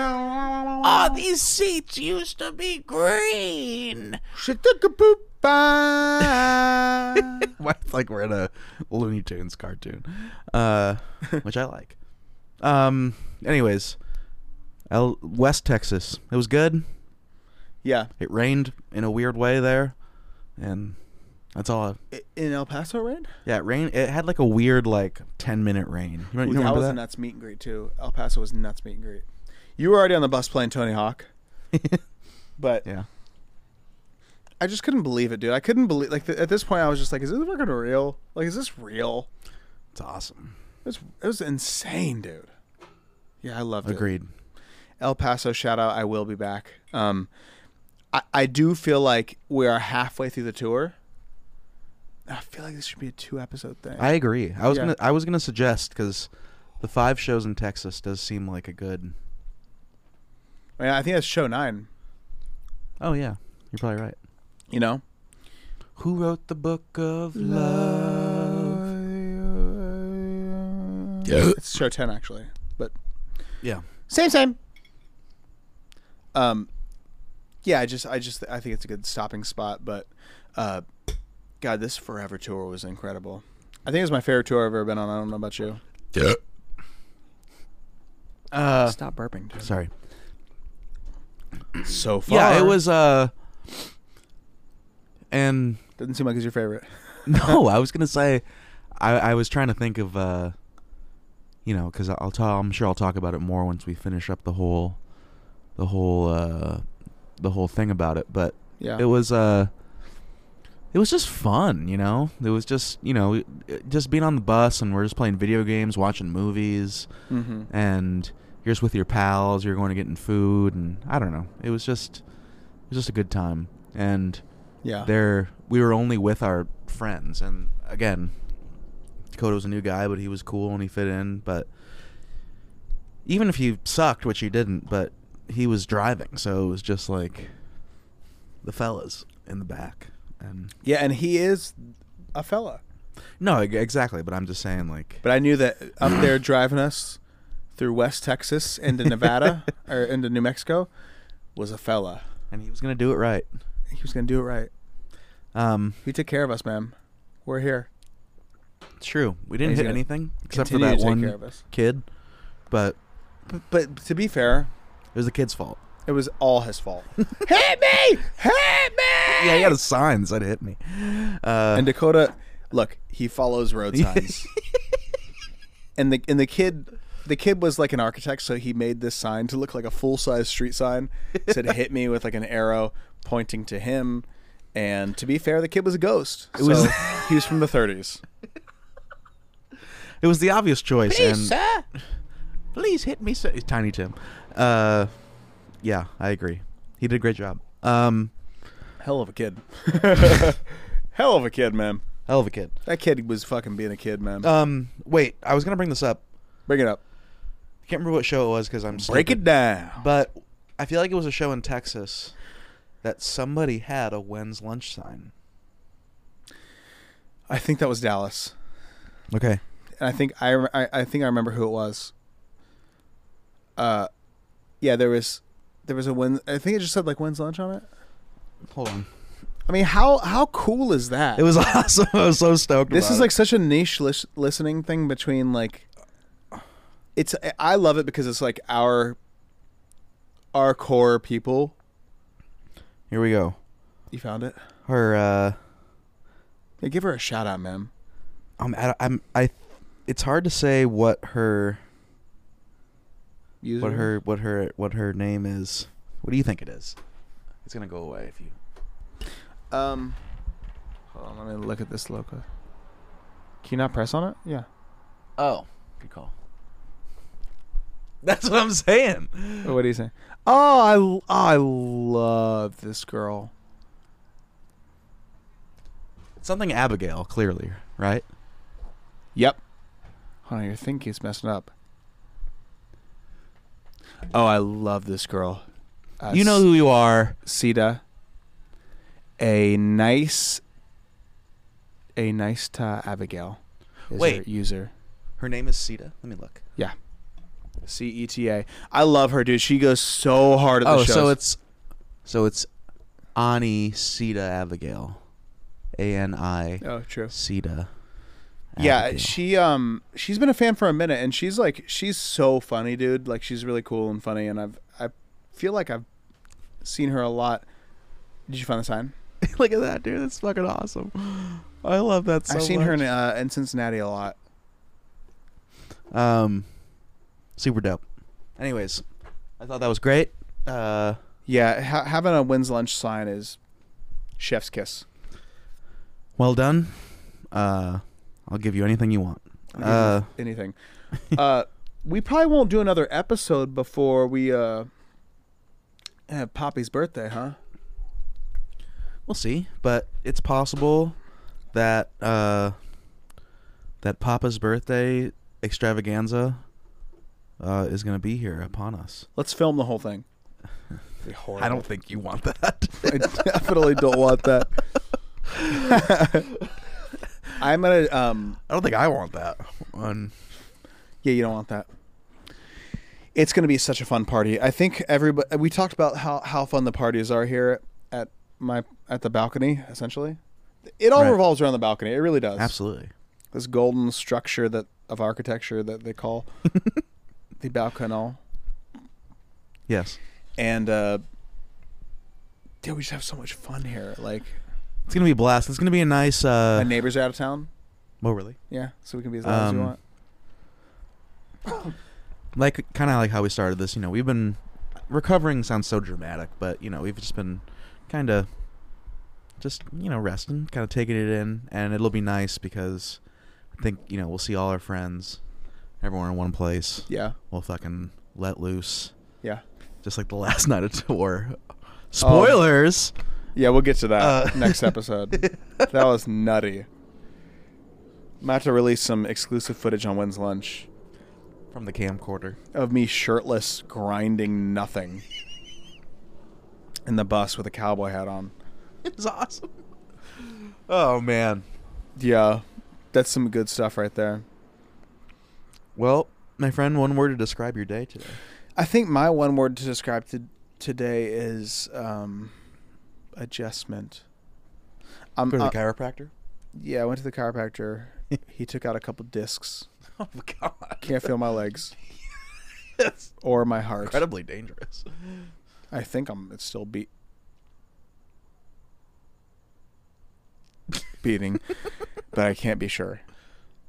S3: Oh, these seats used to be green.
S2: Shit took a poop. Bye.
S3: Why it's like we're in a Looney Tunes cartoon, uh, which I like. Um. Anyways, El- West Texas. It was good.
S2: yeah,
S3: It rained in a weird way there, and that's all. I,
S2: I- in El Paso, right?
S3: yeah, it rained. It had like a weird like ten minute rain. You, remember- you
S2: Ooh, that
S3: remember
S2: was a nuts meet and greet too. El Paso was nuts meet and greet. You were already on the bus playing Tony Hawk, but
S3: yeah.
S2: I just couldn't believe it, dude. I couldn't believe like th- at this point I was just like, is this fucking real? Like, is this real?
S3: It's awesome.
S2: It was, it was insane, dude. Yeah, I loved it.
S3: Agreed.
S2: El Paso shout out. I will be back. Um, I, I do feel like we are halfway through the tour. I feel like this should be a two episode thing.
S3: I agree. I was
S2: Yeah.
S3: gonna I was gonna suggest because the five shows in Texas does seem like a good.
S2: I, mean, I think that's show nine.
S3: Oh yeah, you're probably right.
S2: You know,
S3: Who wrote the book of love?
S2: it's show ten actually, but
S3: Yeah.
S2: same same. Um, yeah, I just I just I think it's a good stopping spot. But, uh, God, this Forever tour was incredible. I think it was my favorite tour I've ever been on. I don't know about you.
S3: Uh,
S2: Stop burping, dude.
S3: sorry.
S2: So far,
S3: Yeah, it was. Uh, and
S2: Doesn't seem like it's your favorite.
S3: no, I was gonna say, I I was trying to think of, uh, you know, because I'll tell I'm sure I'll talk about it more once we finish up the whole, the whole, uh, the whole thing about it, but.
S2: Yeah.
S3: it was uh it was just fun you know it was just you know it- just being on the bus and we're just playing video games watching movies
S2: mm-hmm.
S3: and you're just with your pals you're going to getting food and i don't know it was just it was just a good time and
S2: Yeah.
S3: there we were only with our friends and again dakota was a new guy but he was cool and he fit in but even if he sucked which he didn't but he was driving so it was just like the fellas in the back and
S2: Yeah, and he is a fella.
S3: no e- exactly but i'm just saying like
S2: But I knew that up there driving us through West Texas into Nevada or into New Mexico was a fella.
S3: and he was gonna do it right
S2: He was gonna do it right.
S3: um
S2: He took care of us, ma'am. We're here.
S3: it's true we
S2: He's
S3: didn't hit
S2: gonna
S3: anything except for
S2: Continue
S3: that
S2: to take
S3: one
S2: care of us.
S3: kid but
S2: But, but to be fair,
S3: it was the kid's fault
S2: it was all his fault. hit me! Hit me!
S3: yeah he had a sign that hit me uh
S2: And Dakota, look, he follows road signs. and the and the kid, the kid was like an architect, so he made this sign to look like a full size street sign. It said "hit me" with like an arrow pointing to him. And to be fair, the kid was a ghost. so
S3: was-
S2: he was from the 30s.
S3: It was the obvious choice. Please, and sir. Please hit me, sir. Tiny Tim. Uh, yeah, I agree. He did a great job. Um,
S2: Hell of a kid. Hell of a kid, man.
S3: hell of a kid.
S2: That kid was fucking being a kid, man.
S3: Um, wait, I was gonna bring this up.
S2: Bring it up.
S3: I can't remember what show it was because I'm
S2: Break
S3: stupid.
S2: it down.
S3: But I feel like it was a show in Texas that somebody had a when's lunch sign.
S2: I think that was Dallas,
S3: Okay.
S2: and I think I, I I think I remember who it was. Uh, yeah, there was there was a win. I think it just said like when's lunch on it.
S3: Hold on.
S2: I mean, how how cool is that?
S3: It was awesome. I was so stoked.
S2: This
S3: about
S2: is
S3: it.
S2: like such a niche lis- listening thing between like it's I love it because it's like our our core people.
S3: Here we go.
S2: You found it.
S3: Her. uh
S2: Yeah, give her a shout out, man.
S3: I'm. I, I'm. I. It's hard to say what her.
S2: User.
S3: What her. What her. What her name is. What do you think it is? It's gonna go away if you.
S2: Um, hold on, let me look at this loca. Can you not press on it? Yeah.
S3: Oh, good call. That's what I'm saying.
S2: Oh, what do you say? Oh, I l- I love this girl.
S3: Something Abigail, clearly, right?
S2: Yep. Hold on, your thing keeps messing up. Oh, I love this girl. Uh,
S3: you know who you are.
S2: Sita. A nice, a nice to Abigail. is
S3: Wait.
S2: her user
S3: Her name is Sita. Let me look.
S2: C E T A. I love her, dude. She goes so hard at the
S3: Oh,
S2: shows.
S3: so it's, so it's, Ani Sita Abigail, A N I
S2: oh, true.
S3: Sita.
S2: Yeah,
S3: Abigail.
S2: she um she's been a fan for a minute, and she's like she's so funny, dude. Like she's really cool and funny, and I've I feel like I've seen her a lot. Did you find the sign?
S3: look at that, dude. That's fucking awesome. I love that so
S2: I've seen
S3: much.
S2: her in uh, in Cincinnati a lot.
S3: Um, super dope. Anyways, I thought that was great. Uh,
S2: Yeah, ha- having a wins lunch sign is chef's kiss.
S3: well done. Uh, I'll give you anything you want.
S2: I'll give
S3: Uh,
S2: you anything. uh, we probably won't do another episode before we uh have Poppy's birthday, huh?
S3: We'll see, but it's possible that uh, that Papa's birthday extravaganza uh, is going to be here upon us.
S2: Let's film the whole thing. Be
S3: I don't think you want that.
S2: I definitely don't want that. I'm gonna. Um,
S3: I don't think I want that. On
S2: yeah, you don't want that. It's gonna be such a fun party. I think everybody. We talked about how how fun the parties are here at my at the balcony. Essentially, it all
S3: Right.
S2: revolves around the balcony. It really does.
S3: absolutely.
S2: This golden structure that of architecture that they call the balcony,
S3: Yes.
S2: and uh, dude, we just have so much fun here. Like
S3: It's going to be a blast. It's going to be a nice
S2: my
S3: uh
S2: neighbors are out of town.
S3: oh really?
S2: Yeah, so we can be as loud as we
S3: Um,
S2: want.
S3: Like kind of like how we started this, you know, we've been recovering sounds so dramatic, but you know, we've just been kind of just, you know, resting, kind of taking it in, and it'll be nice because I think, you know, we'll see all our friends, everyone in one place.
S2: Yeah,
S3: We'll fucking let loose
S2: yeah.
S3: just like the last night of tour. Spoilers.
S2: Yeah, we'll get to that
S3: Uh,
S2: next episode. that was nutty. I'm about to release some exclusive footage on When's Lunch
S3: From the camcorder.
S2: of me shirtless grinding nothing in the bus with a cowboy hat on.
S3: It was awesome. Oh man.
S2: Yeah, that's some good stuff right there.
S3: Well, my friend, one word to describe your day today.
S2: I think my one word to describe to, today is um, adjustment. I'm,
S3: Go to the
S2: uh,
S3: chiropractor.
S2: yeah, I went to the chiropractor. he took out a couple discs.
S3: Oh my god.
S2: Can't feel my legs
S3: That's
S2: or my heart.
S3: incredibly dangerous.
S2: I think I'm it's still beat beating, but I can't be sure.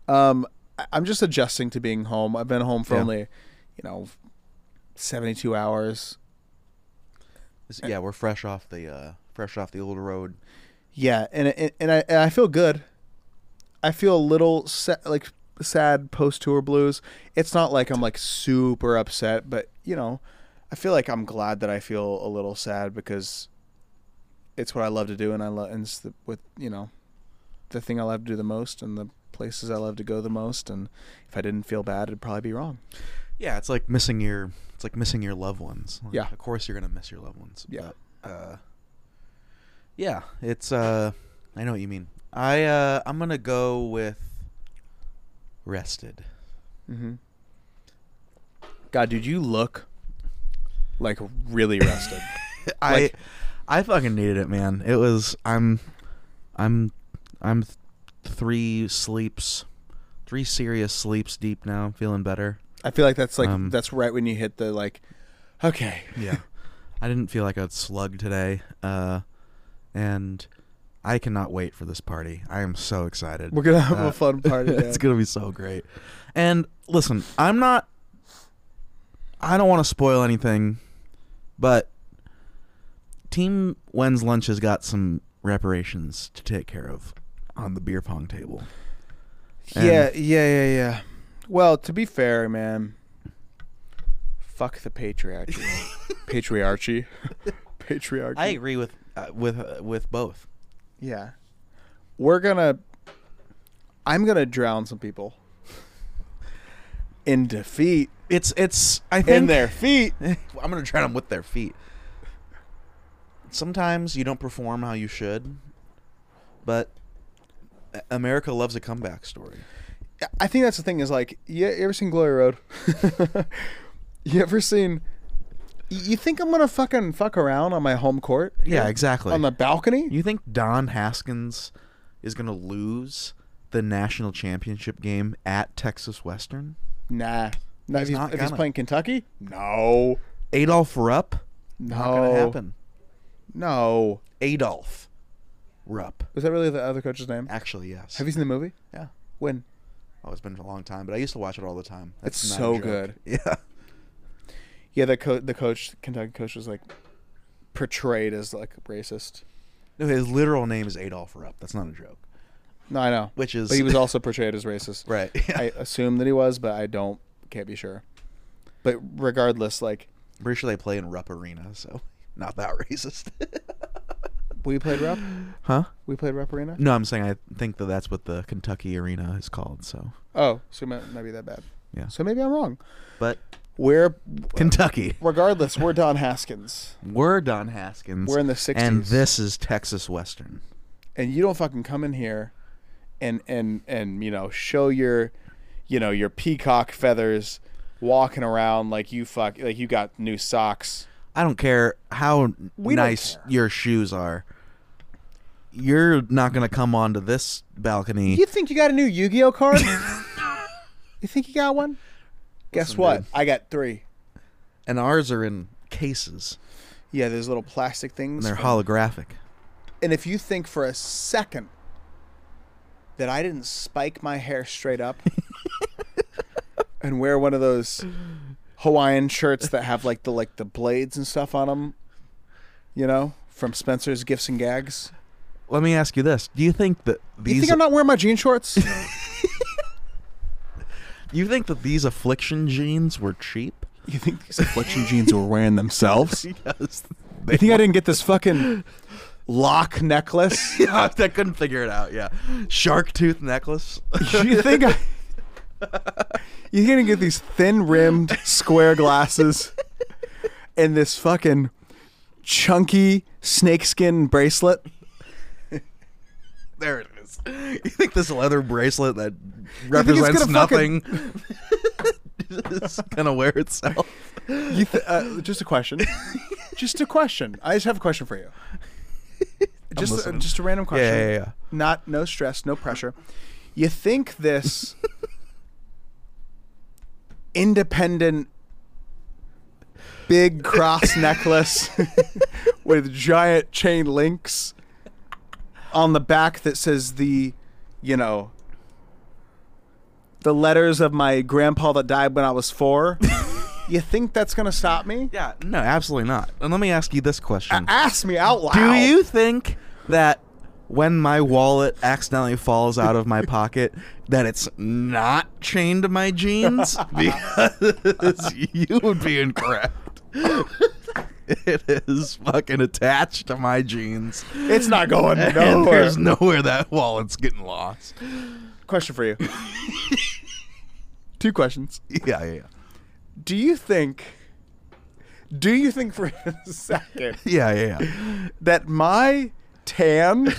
S2: Um, I- I'm just adjusting to being home. I've been home for
S3: Yeah.
S2: only, you know, 72 hours.
S3: Yeah, we're fresh off the uh fresh off the old road.
S2: Yeah, and and, and I and I feel good. I feel a little sa- like sad post tour blues. It's not like I'm like super upset, but you know, I feel like I'm glad that I feel a little sad because it's what I love to do, and I love and it's the, with you know, the thing I love to do the most, and the places I love to go the most. And if I didn't feel bad, it'd probably be wrong.
S3: Yeah, it's like missing your it's like missing your loved ones. Like,
S2: Yeah.
S3: Of course you're gonna miss your loved ones.
S2: Yeah.
S3: But, uh Yeah, it's uh I know what you mean.
S7: I uh, I'm gonna go with rested.
S2: Mm-hmm. God, dude, you look like really rested.
S3: I
S2: Like-
S3: I fucking needed it, man. It was I'm I'm I'm th- three sleeps, three serious sleeps deep now. I'm feeling better.
S2: I feel like that's like
S3: Um,
S2: that's right when you hit the like. Okay,
S3: Yeah. I didn't feel like a slug today. Uh and I cannot wait for this party. I am so excited.
S2: we're gonna have
S3: Uh,
S2: a fun party.
S3: it's
S2: it's
S3: going to be so great. And listen, I'm not I don't want to spoil anything, but Team Wen's Lunch has got some reparations to take care of on the beer pong table. and-
S2: Yeah, yeah, yeah, yeah. Well, to be fair, man, fuck the patriarchy. patriarchy, patriarchy.
S7: I agree with uh, with uh, with both.
S2: Yeah. We're gonna I'm gonna drown some people. In defeat.
S3: It's it's I think
S2: In their feet.
S7: I'm gonna try them with their feet. Sometimes you don't perform how you should, but A- America loves a comeback story.
S2: I think that's the thing is like you, you ever seen Glory Road? you ever seen you- you think I'm gonna fucking fuck around on my home court?
S3: Yeah,
S2: here?
S3: exactly.
S2: On the balcony?
S3: You think Don Haskins is going to lose the national championship game at Texas Western?
S2: nah. Not if, he's,
S3: not
S2: if he's
S3: gonna.
S2: playing Kentucky? No.
S3: Adolph Rupp?
S2: No.
S3: Not going to happen.
S2: No.
S7: Adolf Rupp,
S2: Was that really the other coach's name?
S7: actually, yes.
S2: Have you seen the movie?
S7: Yeah.
S2: When?
S7: Oh, it's been a long time, but I used to watch it all the time.
S2: It's
S7: not a
S2: so
S7: joke.
S2: good.
S7: Yeah.
S2: Yeah, the co- the coach, Kentucky coach, was like portrayed as like racist.
S7: No, his literal name is Adolf Rupp. That's not a joke.
S2: No, I know.
S7: Which is
S2: but he was also portrayed as racist.
S7: right.
S2: I assume that he was, but I don't can't be sure. But regardless, like
S7: I'm pretty sure they play in Rupp Arena, so not that racist.
S2: we played rep,
S3: Huh?
S2: we played rep arena.
S3: No, I'm saying I think that that's what the Kentucky Arena is called. So,
S2: Oh, so it might not be that bad.
S3: Yeah.
S2: So maybe I'm wrong.
S3: but
S2: We're
S3: Kentucky,
S2: regardless, we're Don Haskins,
S3: we're Don Haskins.
S2: We're in the 60s.
S3: and this is Texas Western.
S2: and you don't fucking come in here, and and and you know show your, you know your peacock feathers, walking around like you fuck like you got new socks.
S3: I don't care how
S2: don't
S3: nice
S2: care.
S3: your shoes are. You're not gonna come onto this balcony.
S2: You think you got a new Yu-Gi-Oh card? you think you got one? Guess
S3: Listen,
S2: what?
S3: dude.
S2: I got three.
S3: and ours are in cases
S2: Yeah, there's little plastic things.
S3: and they're
S2: And,
S3: holographic.
S2: if you think for a second that I didn't spike my hair straight up and wear one of those Hawaiian shirts that have like the like the blades and stuff on them, you know, from Spencer's Gifts and Gags.
S3: Let me ask you this: Do you think that
S2: You
S3: these
S2: think I'm not wearing my jean shorts?
S3: you think that these affliction jeans were cheap?
S2: you think these affliction jeans were wearing themselves?
S3: Yes.
S2: You think I didn't get this fucking lock necklace?
S3: I couldn't figure it out. Yeah, shark tooth necklace.
S2: you think I? You're gonna get these thin rimmed square glasses and this fucking chunky snakeskin bracelet.
S3: there it is. You think this leather bracelet that
S2: think it's
S3: represents
S2: gonna fucking-
S3: nothing is gonna wear itself?
S2: You th- uh, just a question. Just a question. I just have a question for you. Just a,
S3: listening.
S2: just a random
S3: Yeah,
S2: question.
S3: yeah, yeah.
S2: Not no stress, no pressure. You think this independent big cross necklace with giant chain links on the back that says the, you know, the letters of my grandpa that died when I was 4? you think that's going to stop me?
S3: Yeah, no, absolutely not. And let me ask you this question:
S2: Ask me out loud.
S3: Do you think that when my wallet accidentally falls out of my pocket, that it's not chained to my jeans? Because you would be incorrect. it is fucking attached to my jeans.
S2: It's not going
S3: And
S2: nowhere.
S3: there's nowhere that wallet's getting lost.
S2: Question for you. Two questions.
S3: Yeah, yeah, yeah.
S2: Do you think do you think for a second
S3: Yeah, yeah, yeah.
S2: that my tan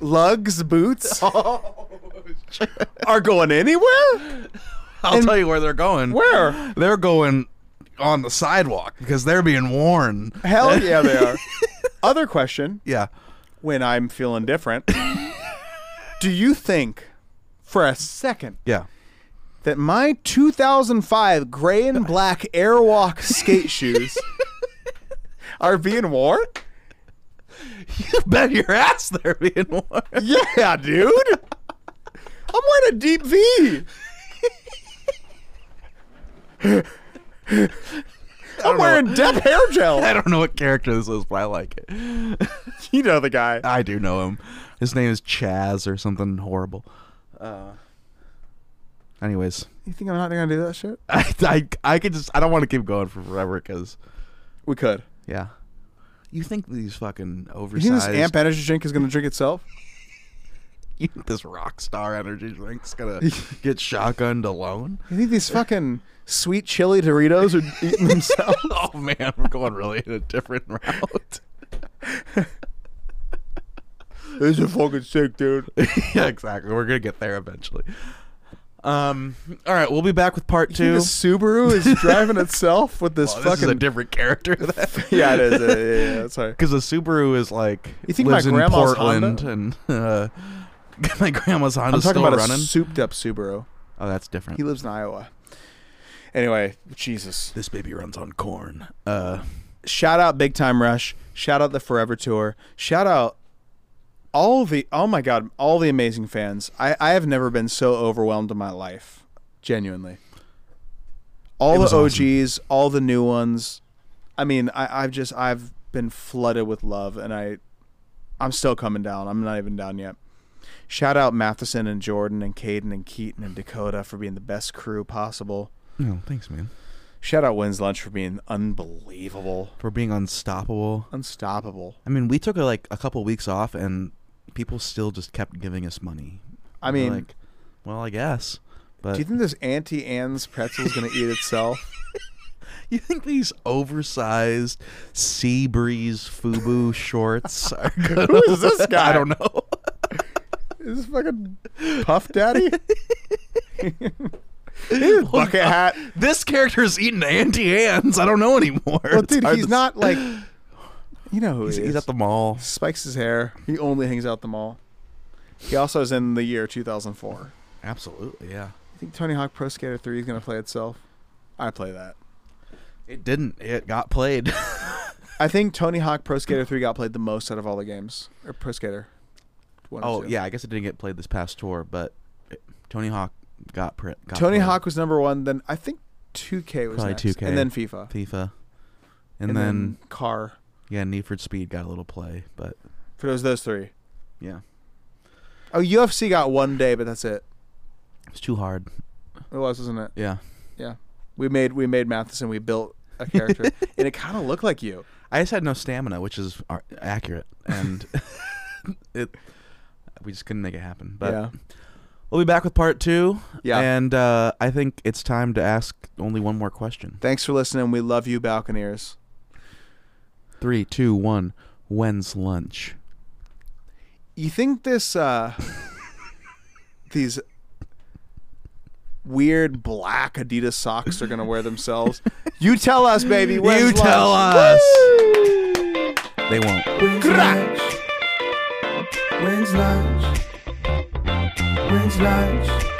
S2: lugs boots are going anywhere?
S3: I'll tell you where they're going.
S2: Where?
S3: They're going on the sidewalk because they're being worn.
S2: Hell yeah, they are. Other question
S3: Yeah.
S2: when I'm feeling different. do you think for a second
S3: Yeah.
S2: that my 2005 gray and black Airwalk skate shoes are being worn?
S3: You bet your ass they're being worn.
S2: Yeah, dude. I'm wearing a deep V. I'm wearing Depp hair
S3: I
S2: gel.
S3: don't know what character this is, but I like it.
S2: You know the guy.
S3: I do know him. His name is Chaz or something horrible. Uh, anyways,
S2: You think I'm not gonna do that shit?
S3: I, I, I could just, I don't want to keep going for forever because,
S2: We could.
S3: yeah. You think these fucking
S2: You
S3: oversized,
S2: think this amp energy drink is gonna drink itself?
S3: you think this rock star energy drink's gonna get shotgunned alone?
S2: You think these fucking sweet chili Doritos are eating themselves?
S3: Oh man, we're going really in a different route.
S2: this is fucking sick, dude.
S3: yeah, exactly. We're gonna get there eventually. Um. All right, we'll be back with part two.
S2: The Subaru is driving itself with this
S3: Oh, this is a
S2: fucking.
S3: different character. That
S2: yeah, it is. Yeah, yeah, yeah, sorry.
S3: because a Subaru is like
S2: You think
S3: lives
S2: my
S3: in
S2: grandma's
S3: Portland
S2: Honda?
S3: and uh, my grandma's
S2: I'm
S3: Honda's
S2: talking
S3: still
S2: about a
S3: running.
S2: souped-up Subaru.
S3: oh, that's
S2: He
S3: different.
S2: lives in Iowa. Anyway, Jesus.
S3: This baby runs on corn. Uh,
S2: Shout out Big Time Rush. Shout out the Forever Tour. Shout out all the oh my god, all the amazing fans. I, I have never been so overwhelmed in my life. Genuinely. All
S3: was
S2: the
S3: awesome.
S2: OGs, all the new ones. I mean, I, I've just I've been flooded with love and I I'm still coming down. I'm not even down yet. Shout out Matheson and Jordan and Caden and Keaton and Dakota for being the best crew possible.
S3: no, Oh, thanks, man,
S2: Shout out Wins Lunch for being unbelievable,
S3: for being unstoppable.
S2: unstoppable.
S3: I mean, we took a, like a couple weeks off, and people still just kept giving us money.
S2: I
S3: We're
S2: mean,
S3: like, well, I guess. But
S2: do you think this Auntie Anne's pretzel is going to eat itself?
S3: You think these oversized sea breeze FUBU shorts are good? Who
S2: is this guy?
S3: I don't know.
S2: Is this fucking Puff Daddy? Bucket hat.
S3: This character's eating Auntie Anne's. I don't know anymore.
S2: Well,
S3: It's
S2: dude,
S3: hard
S2: he's
S3: to-
S2: not like you know who
S3: He's,
S2: he is.
S3: he's at the mall.
S2: Spikes his hair. He only hangs out the mall. He also is in the year 2004.
S3: Absolutely, yeah.
S2: You think Tony Hawk Pro Skater 3 is going to play itself? I play that.
S3: It didn't. It got played.
S2: I think Tony Hawk Pro Skater 3 got played the most out of all the games. Or Pro Skater. one or
S3: oh
S2: two.
S3: yeah, I guess it didn't get played this past tour, but it- Tony Hawk got, pr- got
S2: Tony
S3: played.
S2: Hawk was number one. Then I think 2K was
S3: Probably
S2: next,
S3: 2K.
S2: and then FIFA,
S3: FIFA, and,
S2: and,
S3: then,
S2: then, Car.
S3: yeah, Need for Speed got a little play, but
S2: For those those three.
S3: yeah,
S2: Oh, UFC got one day, but that's it.
S3: it's too hard.
S2: It was, wasn't it?
S3: Yeah.
S2: Yeah. We made we made Matheson. We built a character, and it kind of looked like you.
S3: I just had no stamina, which is ar- accurate, and it we just couldn't make it happen. But
S2: yeah.
S3: we'll be back with part two.
S2: Yeah.
S3: and uh, I think it's time to ask only one more question.
S2: Thanks for listening. We love you, Balconeers.
S3: Three, two, one. When's lunch?
S2: You think this uh these weird black Adidas socks are gonna wear themselves? you tell us, baby. When's
S3: you
S2: lunch?
S3: tell us. They won't.
S1: When's lunch? When's lunch? When's lunch?